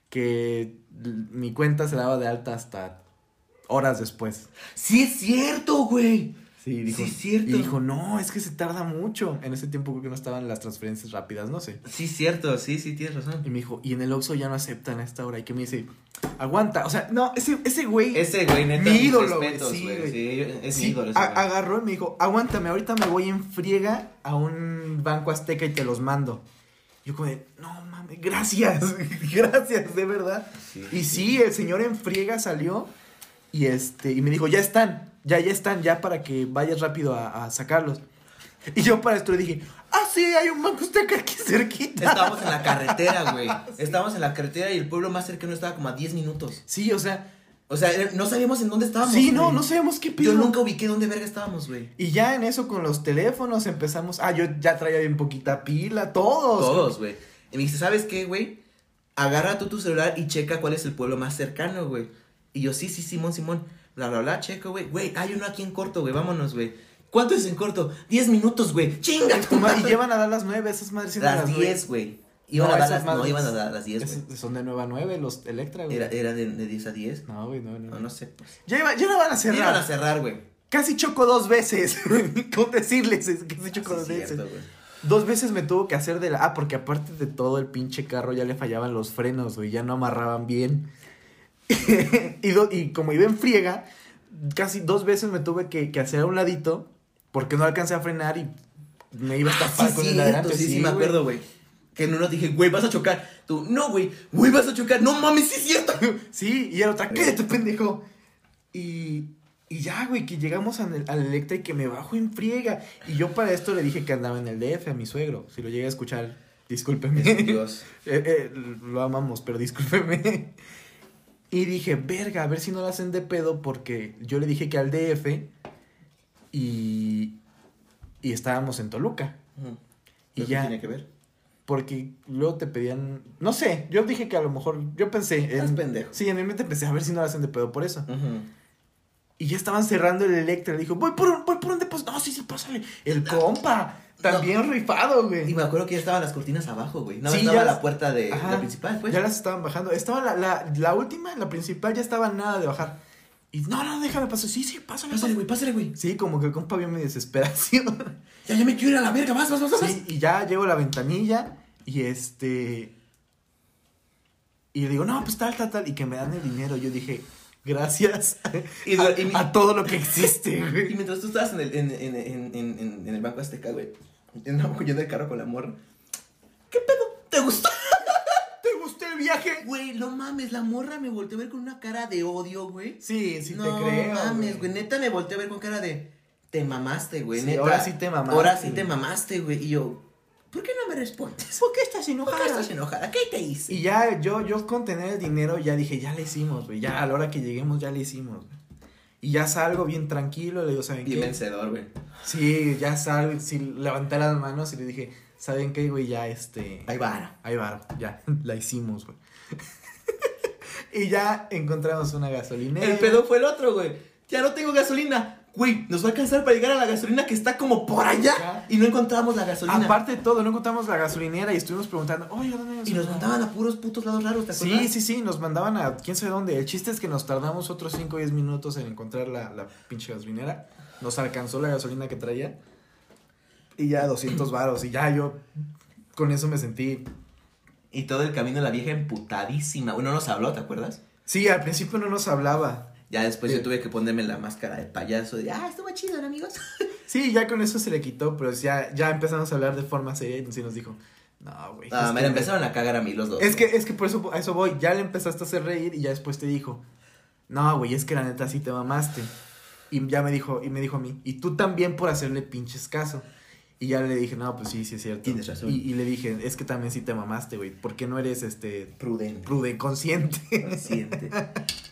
S3: Que l- mi cuenta se daba de alta hasta horas después.
S4: Sí es cierto, güey.
S3: Sí, dijo.
S4: Sí, es cierto.
S3: Y dijo, no, es que se tarda mucho. En ese tiempo creo que no estaban las transferencias rápidas, no sé.
S4: Sí es cierto, sí, sí, tienes
S3: Y
S4: razón.
S3: me dijo, y en el Oxxo ya no aceptan a esta hora. Y que me dice, aguanta. O sea, no, ese, ese güey.
S4: Ese güey, neta,
S3: Mi
S4: mis
S3: ídolo, güey,
S4: respetos,
S3: sí,
S4: güey.
S3: güey.
S4: Sí, es mi
S3: Sí,
S4: ídolo. ese
S3: a-
S4: güey.
S3: agarró y me dijo, aguántame, ahorita me voy en friega a un banco azteca y te los mando. Yo como de, no mames, gracias, gracias, de verdad.
S4: Sí, sí.
S3: y sí, el señor en friega salió y este, y me dijo, ya están, ya, ya están, ya para que vayas rápido a, a sacarlos. Y yo para esto le dije, ah, sí, hay un banco azteca aquí cerquita.
S4: Estábamos en la carretera, güey. Estábamos en la carretera y el pueblo más cercano estaba como a 10 minutos.
S3: Sí, o sea,
S4: O sea, era- no sabíamos en dónde estábamos.
S3: sí, no,
S4: güey.
S3: no sabemos qué
S4: Yo
S3: pido.
S4: nunca ubiqué dónde verga estábamos, güey.
S3: Y ya en eso con los teléfonos empezamos, ah, yo ya traía bien poquita pila, todos.
S4: Todos, güey. Y me dice, ¿sabes qué, güey? Agarra tú tu celular y checa cuál es el pueblo más cercano, güey. Y yo, sí, sí, Simón, Simón. Bla, bla, bla, checo, güey. Güey, hay uno aquí en corto, güey. Vámonos, güey. ¿Cuánto es en corto? 10 minutos, güey. Chinga tu
S3: Ma- Y
S4: madre.
S3: llevan a dar las nueve, esas madres siendo
S4: las
S3: nueve.
S4: 10, güey. Iban a
S3: No,
S4: dar las,
S3: esas
S4: no,
S3: madres-
S4: iban a dar las 10,
S3: Esas
S4: güey.
S3: Son de nueva nueve los Electra, güey.
S4: Era, era de, de 10 a 10.
S3: No, güey, no, no.
S4: No,
S3: no.
S4: no sé. Pues.
S3: Ya, iba- ya la van a cerrar.
S4: Iban a cerrar, güey.
S3: Casi choco dos veces. Con decirles, es- casi choco
S4: Ah, Sí,
S3: dos
S4: es
S3: veces.
S4: cierto, güey.
S3: Dos veces me tuvo que hacer de la. Ah, porque aparte de todo, el pinche carro ya le fallaban los frenos, güey. Ya no amarraban bien. y, do- y como iba en friega, casi dos veces me tuve que, que hacer a un ladito. Porque no alcancé a frenar y me iba a
S4: Ah, Sí,
S3: tapar con el
S4: cierto,
S3: adelante.
S4: sí, sí, me
S3: güey.
S4: acuerdo, güey. Que en uno dije, güey, vas a chocar. Tú, no, güey, güey, vas a chocar. No mames, sí es cierto.
S3: Sí, y era otra, cállate, pendejo. Y, y ya, güey, que llegamos al, al Electra y que me bajo en friega. Y yo para esto le dije que andaba en el DF a mi suegro. Si lo llega a escuchar, discúlpeme.
S4: Dios.
S3: Eh, eh, lo amamos, pero discúlpeme. Y dije, verga, a ver si no la hacen de pedo porque yo le dije que al DF y, y estábamos en Toluca. Y
S4: ¿Eso
S3: ya.
S4: tiene que ver?
S3: Porque luego te pedían, no sé, yo dije que a lo mejor, yo pensé...
S4: Estás
S3: en-
S4: pendejo.
S3: Sí, en mi mente pensé, a ver si no la hacen de pedo por eso. Y ya estaban cerrando el Electra. Le dijo, voy por un, voy por un depósito. No, sí, sí, pásale. El compa. También rifado,
S4: Y
S3: güey.
S4: me acuerdo que ya estaban las cortinas abajo, güey. Nada más
S3: Sí,
S4: estaba
S3: ya-
S4: la puerta de
S3: Ajá.
S4: la principal, pues.
S3: Ya las estaban bajando. Estaba la, la, la última, la principal, ya estaba nada de bajar. Y no, no, déjame pasar. Sí, sí, pásale,
S4: Pásale, güey, pásale, güey.
S3: Sí, como que el compa vio mi desesperación.
S4: Ya, ya me quiero ir a la verga, vas, vas, vas, vas.
S3: Sí, y ya llego a la ventanilla y este. Y le digo, no, pues tal, tal, tal. Y que me dan el dinero. Yo dije, gracias
S4: Y-
S3: a,
S4: y-
S3: a todo lo que existe,
S4: Y
S3: güey.
S4: mientras tú estabas en el, en, en, en, en, en- en el banco Azteca, güey, andaba huyendo del carro con la morra. ¿Qué pedo? ¿Te gustó?
S3: ¿Te gustó el viaje?
S4: Güey, no mames, la morra me volteó a ver con una cara de odio, güey.
S3: Sí, sí
S4: no
S3: te creo.
S4: mames, güey. Neta me volteé a ver con cara de. Te mamaste, güey.
S3: Sí,
S4: neta.
S3: ahora sí te mamaste,
S4: Ahora sí
S3: güey.
S4: te mamaste, güey. Y yo, ¿por qué no me respondes?
S3: ¿Por qué estás
S4: ¿Por qué estás enojada? ¿Qué te hice?
S3: Y ya yo, yo con tener el dinero ya dije, ya le hicimos, güey. Ya a la hora que lleguemos ya le hicimos, güey. Y ya salgo bien tranquilo, le digo, ¿saben
S4: Bien
S3: qué?
S4: vencedor, güey.
S3: Sí, ya salgo, y sí, levanté las manos y le dije, ¿saben qué, güey? Ya este...
S4: Ahí va.
S3: Ahí va, ya, la hicimos, güey. y ya encontramos una gasolinera.
S4: El pedo fue el otro, güey. Ya no tengo gasolina. Güey, nos va a alcanzar para llegar a la gasolina que está como por allá.
S3: Ajá.
S4: Y no encontramos la gasolina.
S3: Aparte de todo, no encontramos la gasolinera y estuvimos preguntando, oye, ¿dónde hay
S4: y nos
S3: gasolina?"
S4: mandaban a puros putos lados raros, ¿te acuerdas?
S3: Sí, sí, sí, nos mandaban a quién sabe dónde. El chiste es que nos tardamos otros 5 o 10 minutos en encontrar la, la pinche gasolinera. Nos alcanzó la gasolina que traía. Y ya 200 varos. Y ya yo con eso me sentí.
S4: Y todo el camino la vieja emputadísima. Bueno, no nos habló, ¿te acuerdas?
S3: Sí, al principio no nos hablaba.
S4: Ya después
S3: Sí.
S4: yo tuve que ponerme la máscara de payaso. De, ah, estuvo chido, ¿no, amigos?
S3: Sí, ya con eso se le quitó, pero ya, ya empezamos a hablar de forma seria y sí nos dijo, no, güey.
S4: Ah,
S3: es
S4: me
S3: que-
S4: la empezaron a cagar a mí los dos.
S3: Es que, es que por eso, a eso voy. Ya le empezaste a hacer reír y ya después te dijo, no, güey, es que la neta sí te mamaste. Y ya me dijo, y me dijo a mí, y tú también por hacerle pinches caso. Y ya le dije, no, pues sí, sí es cierto.
S4: Tienes razón.
S3: Y, y le dije, es que también sí te mamaste, güey. ¿Por qué no eres, este,
S4: prudente.
S3: prude, consciente?
S4: Consciente.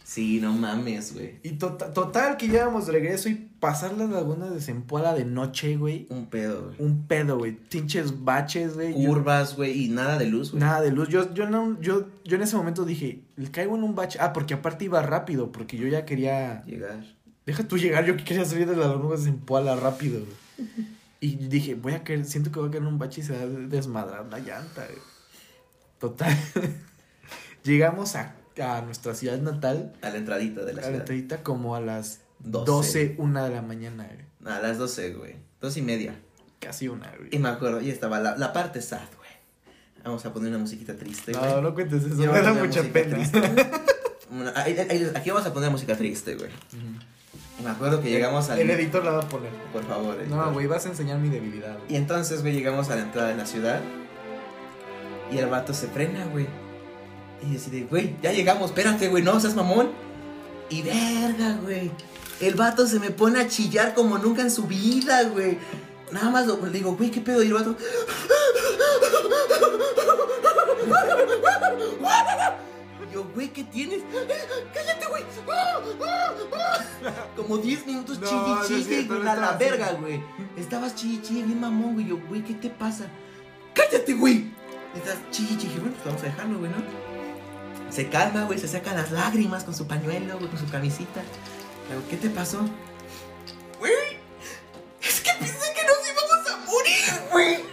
S4: Sí, no mames, güey.
S3: Y tota- total, que llevamos de regreso y pasar la laguna de Zempoala de noche, güey.
S4: Un pedo, güey.
S3: Un pedo, güey. Pinches baches, güey. Yo-
S4: Curvas, güey, y nada de luz, güey.
S3: Nada de luz. Yo, yo, no, yo, yo en ese momento dije, le caigo en un bache. Ah, porque aparte iba rápido, porque yo ya quería.
S4: Llegar.
S3: Deja tú llegar, yo que quería salir de la laguna de Zempoala rápido, güey. Y dije, voy a caer, siento que voy a caer en un bache y se va a desmadrar la llanta, güey. Total. Llegamos a, a nuestra ciudad natal.
S4: A la entradita de la
S3: La
S4: ciudad.
S3: letrerita como a las 12.
S4: Doce.
S3: una de la mañana, güey.
S4: A las 12, güey. Dos y media.
S3: Casi una, güey.
S4: Y me acuerdo, y estaba la, la parte sad, güey. Vamos a poner una musiquita triste, güey.
S3: No, no cuentes eso.
S4: Ya vamos a
S3: me da
S4: poner
S3: mucha
S4: música
S3: pena.
S4: triste, Bueno, ahí- ahí- aquí vamos a poner música triste, güey. Me acuerdo que llegamos al.
S3: El editor la va a poner.
S4: Por favor, eh. editor.
S3: No, güey, vas a enseñar mi debilidad.
S4: Y entonces, güey, llegamos a la entrada de la ciudad. Y el vato se frena, güey. Y decide, güey, ya llegamos, espérate, güey, no seas mamón. Y verga, güey. El vato se me pone a chillar como nunca en su vida, güey. Nada más lo- le digo, güey, ¿qué pedo? Y el vato. Yo, güey, ¿qué tienes? Cállate, güey. Como 10 minutos
S3: No,
S4: chille,
S3: no es
S4: chille,
S3: cierto,
S4: güey,
S3: no
S4: a la
S3: estabas
S4: verga,
S3: así.
S4: güey. Estabas chille, chille, bien mamón, güey. Yo, güey, ¿qué te pasa? ¡Cállate, güey! Y Estás chille, chille. Bueno, pues vamos a dejarlo, güey, ¿no? Se calma, güey, se saca las lágrimas con su pañuelo, güey, con su camisita. Le digo, ¿qué te pasó? Güey, es que pensé que nos íbamos a morir, güey.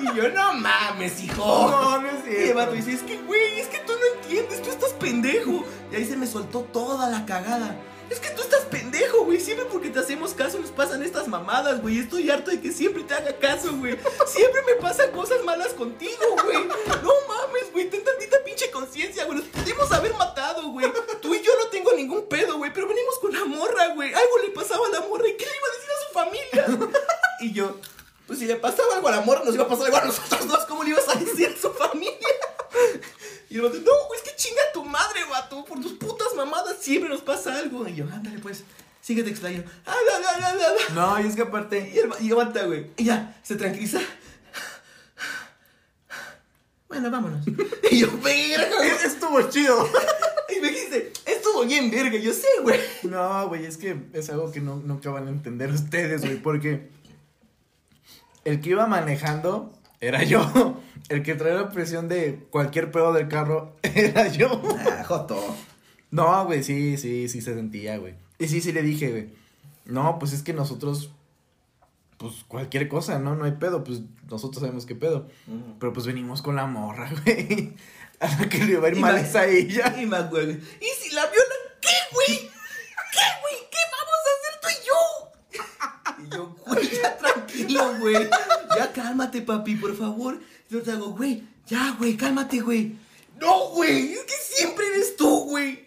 S4: Y yo, no mames, hijo.
S3: no es
S4: Y el vato dice, es que, güey, es que tú no entiendes, tú estás pendejo. Y ahí se me soltó toda la cagada. Es que tú estás pendejo, güey. Siempre porque te hacemos caso nos pasan estas mamadas, güey. Estoy harto de que siempre te haga caso, güey. Siempre me pasan cosas malas contigo, güey. No mames, güey. Ten tantita pinche conciencia, güey. Nos pudimos haber matado, güey. Tú y yo no tengo ningún pedo, güey. Pero venimos con la morra, güey. Algo le pasaba a la morra. ¿Y qué le iba a decir a su familia? Y yo, pues si le pasaba algo a la morra, nos iba a pasar algo a nosotros dos. ¿Cómo le ibas a decir a su familia? Y el vato, no, güey, es que chinga tu madre, vato. Por tus putas mamadas siempre nos pasa algo. Y yo, ándale, pues, síguete explayando. Ah, la, la, la, la, la.
S3: No, y es que
S4: Y
S3: aparte.
S4: el va- y aguanta, güey. Y ya, se tranquiliza. Bueno, vámonos. y yo, verga, güey.
S3: Estuvo chido.
S4: Y me dijiste, estuvo bien, verga. Y yo, sí, güey.
S3: No, güey, es que es algo que no, nunca van a entender ustedes, güey, porque el que iba manejando era yo. El que traía la presión de cualquier pedo del carro era yo.
S4: Ah, Joto.
S3: No, güey, sí, sí, sí se sentía, güey. Y sí, sí le dije, güey. No, pues es que nosotros, pues cualquier cosa, ¿no? No hay pedo, pues nosotros sabemos qué pedo. Pero pues venimos con la morra, güey. A la que le va a ir
S4: Y
S3: mal
S4: la-
S3: es a ella.
S4: Y me acuerdo. ¿Y si la viola? ¿Qué, güey? ¿Qué, güey? ¿Qué vamos a hacer tú y yo? Y yo, güey, ya tranquilo, güey. Ya cálmate, papi, por favor. Yo te hago, güey, ya, güey, cálmate, güey. No, güey, es que siempre eres tú, güey.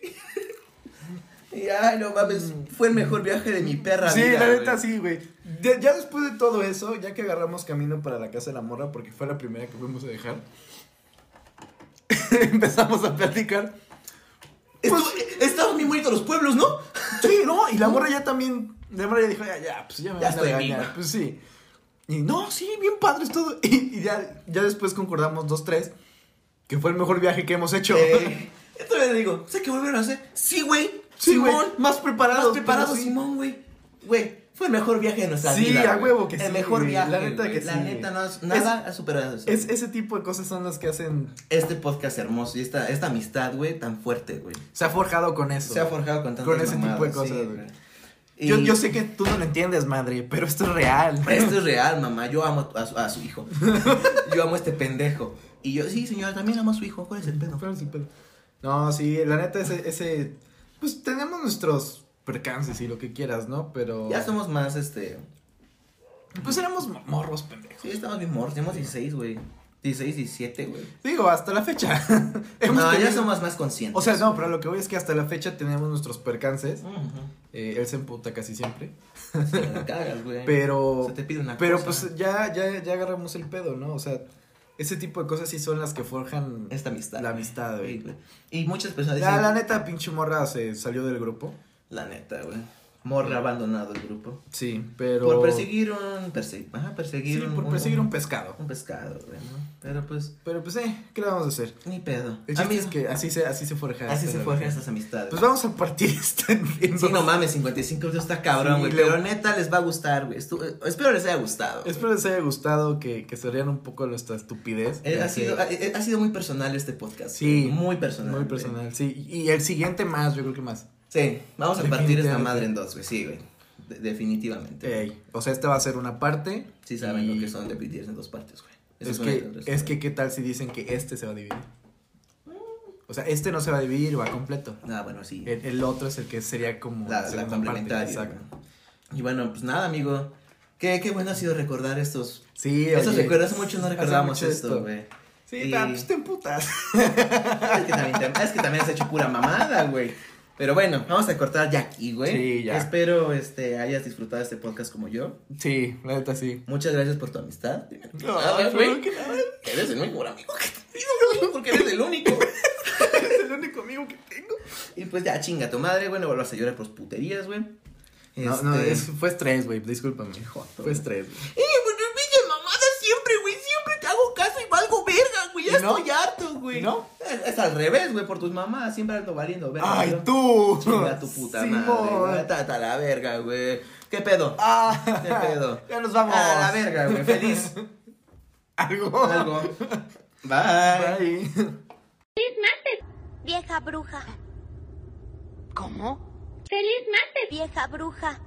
S4: Y, Ay, no mames, fue el mejor viaje de mi perra
S3: Sí,
S4: vida,
S3: la neta
S4: güey.
S3: sí, güey. Ya, ya después de todo eso, ya que agarramos camino para la casa de la morra, porque fue la primera que fuimos a dejar, empezamos a platicar.
S4: Estuve- Estabas bien bonito los pueblos, ¿no?
S3: Sí, no, y la morra ya también. La morra ya dijo, ya, ya, pues ya me
S4: Ya
S3: van a
S4: estoy
S3: regañar".
S4: viva.
S3: Pues sí. Y no, sí, bien padre es todo. Y, y ya, ya después concordamos dos, tres, que fue el mejor viaje que hemos hecho.
S4: Eh, entonces le digo, ¿sabes qué volvieron a hacer? Sí, güey.
S3: sí, güey.
S4: Simón.
S3: Más preparados.
S4: Más preparado,
S3: pero sí.
S4: Simón, güey. Güey, fue el mejor viaje de nuestra
S3: Sí,
S4: vida.
S3: a
S4: güey.
S3: huevo que sí,
S4: El mejor
S3: güey.
S4: viaje.
S3: La neta
S4: güey.
S3: que
S4: La
S3: sí.
S4: neta no has- nada ha superado eso.
S3: Es, ese tipo de cosas son las que hacen.
S4: Este podcast hermoso y esta, esta amistad, güey, tan fuerte, güey.
S3: Se ha forjado con eso.
S4: Se ha forjado con tantas
S3: Con ese tipo de
S4: mamadas,
S3: cosas,
S4: sí,
S3: güey.
S4: Y-
S3: Yo, yo sé que tú no lo entiendes, madre, pero esto es real.
S4: Pero Esto es real, mamá. Yo amo a su, a su hijo. yo amo a este pendejo. Y yo, sí, señora, también amo a su hijo. ¿Cuál es el pedo?
S3: Pero sí, pero- No, sí, la neta, ese, ese. Pues tenemos nuestros percances y lo que quieras, ¿no? Pero.
S4: Ya somos más, este...
S3: Pues éramos mo- morros, pendejos.
S4: Sí, estamos bien morros. Tenemos 16, güey. 16, 17, güey.
S3: Digo, hasta la fecha. Hemos
S4: No, ya
S3: tenido-
S4: somos más conscientes.
S3: O sea, no, pero lo que voy es que hasta la fecha tenemos nuestros percances.
S4: Ujú.
S3: Eh, él se emputa casi siempre.
S4: Sí, la cagas, güey.
S3: Pero.
S4: Se te pide una
S3: pero
S4: cosa.
S3: pues ya, ya, ya agarramos el pedo, ¿no? O sea, ese tipo de cosas sí son las que forjan
S4: Esta amistad.
S3: la amistad, güey.
S4: Sí, Y muchas personas
S3: La,
S4: dicen.
S3: la neta, pinche morra se salió del grupo.
S4: La neta, güey. Morra ha abandonado el grupo.
S3: Sí, pero.
S4: Por perseguir un. perse- ajá, perseguir
S3: Sí, por perseguir un pescado.
S4: un pescado, güey, ¿no? Pero pues,
S3: Pero pues, eh, ¿qué le vamos a hacer?
S4: ni pedo.
S3: El
S4: A
S3: chiste
S4: mí-
S3: es que así se, así se forja.
S4: así se
S3: esta
S4: forjan
S3: relación.
S4: esas amistades.
S3: Pues vamos a partir este esta en
S4: Sí,
S3: dos.
S4: no mames, 55 minutos está cabrón,
S3: Sí,
S4: güey.
S3: luego-
S4: pero neta les va a gustar, güey. Estu- eh, Espero les haya gustado. güey.
S3: Espero les haya gustado, que, que se rían un poco de nuestra estupidez. Este,
S4: Eh, ha,
S3: Sí.
S4: sido, ha, eh, ha sido muy personal este podcast.
S3: Sí.
S4: güey, Muy personal.
S3: Muy
S4: güey.
S3: personal, sí. Y el siguiente más, yo creo que más.
S4: Sí, vamos a partir esta
S3: Definitivamente.
S4: madre en dos, güey. Sí, güey. De- definitivamente.
S3: Ey, o sea, este va a ser una parte.
S4: Sí saben
S3: y
S4: lo que son dividirse en dos partes, güey. Eso
S3: Es
S4: una
S3: que,
S4: de las
S3: es que, ¿qué tal si dicen que este se va a dividir? O sea, este no se va a dividir, va completo.
S4: cosas. Ah, bueno, sí.
S3: El, el otro es el que sería como
S4: la, la
S3: Eh, segunda
S4: complementaria.
S3: parte, exacto.
S4: ¿no? Y bueno, pues nada, amigo. Qué, qué bueno ha sido recordar estos.
S3: Sí,
S4: Estos
S3: oye,
S4: recuerdos, mucho no
S3: hace
S4: recordamos
S3: mucho
S4: esto, güey.
S3: Sí,
S4: Y-
S3: pero, pues, te emputas.
S4: Es que también, te- es que también has hecho pura mamada, güey. Pero bueno, vamos a cortar ya aquí, güey.
S3: Sí, ya.
S4: Espero este, hayas disfrutado este podcast como yo.
S3: Sí, la neta sí.
S4: Muchas gracias por tu amistad. Primero que
S3: Ah, No,
S4: nada,
S3: primero
S4: güey.
S3: que nada.
S4: Eres el mejor amigo que te pido, güey, porque eres el único.
S3: Es el único amigo que tengo.
S4: y pues ya, chinga tu madre, güey. No vuelvas a llorar por puterías, güey.
S3: No, no,
S4: Este-
S3: es, fue estrés, güey. Discúlpame.
S4: joto,
S3: fue
S4: güey.
S3: estrés, güey.
S4: Eh, pues yo pinche mamada siempre, güey. Siempre te hago caso y valgo verga, güey.
S3: ¿Y no?
S4: harto,
S3: ¿Y no?
S4: Es, es al revés, güey. Por tus mamadas siempre ando valiendo verga.
S3: ¡Ay,
S4: güey.
S3: tú!
S4: Chinga tu puta madre,
S3: Simón.
S4: güey. Tata la verga, güey. ¿Qué pedo?
S3: ¡Ah!
S4: ¿Qué pedo?
S3: Ya nos vamos.
S4: A la verga, güey. Feliz.
S3: Algo.
S4: Algo. Bye.
S3: Bye.
S1: ¡Feliz martes! Vieja bruja.
S5: ¿Cómo?
S1: ¡Feliz martes! Vieja bruja.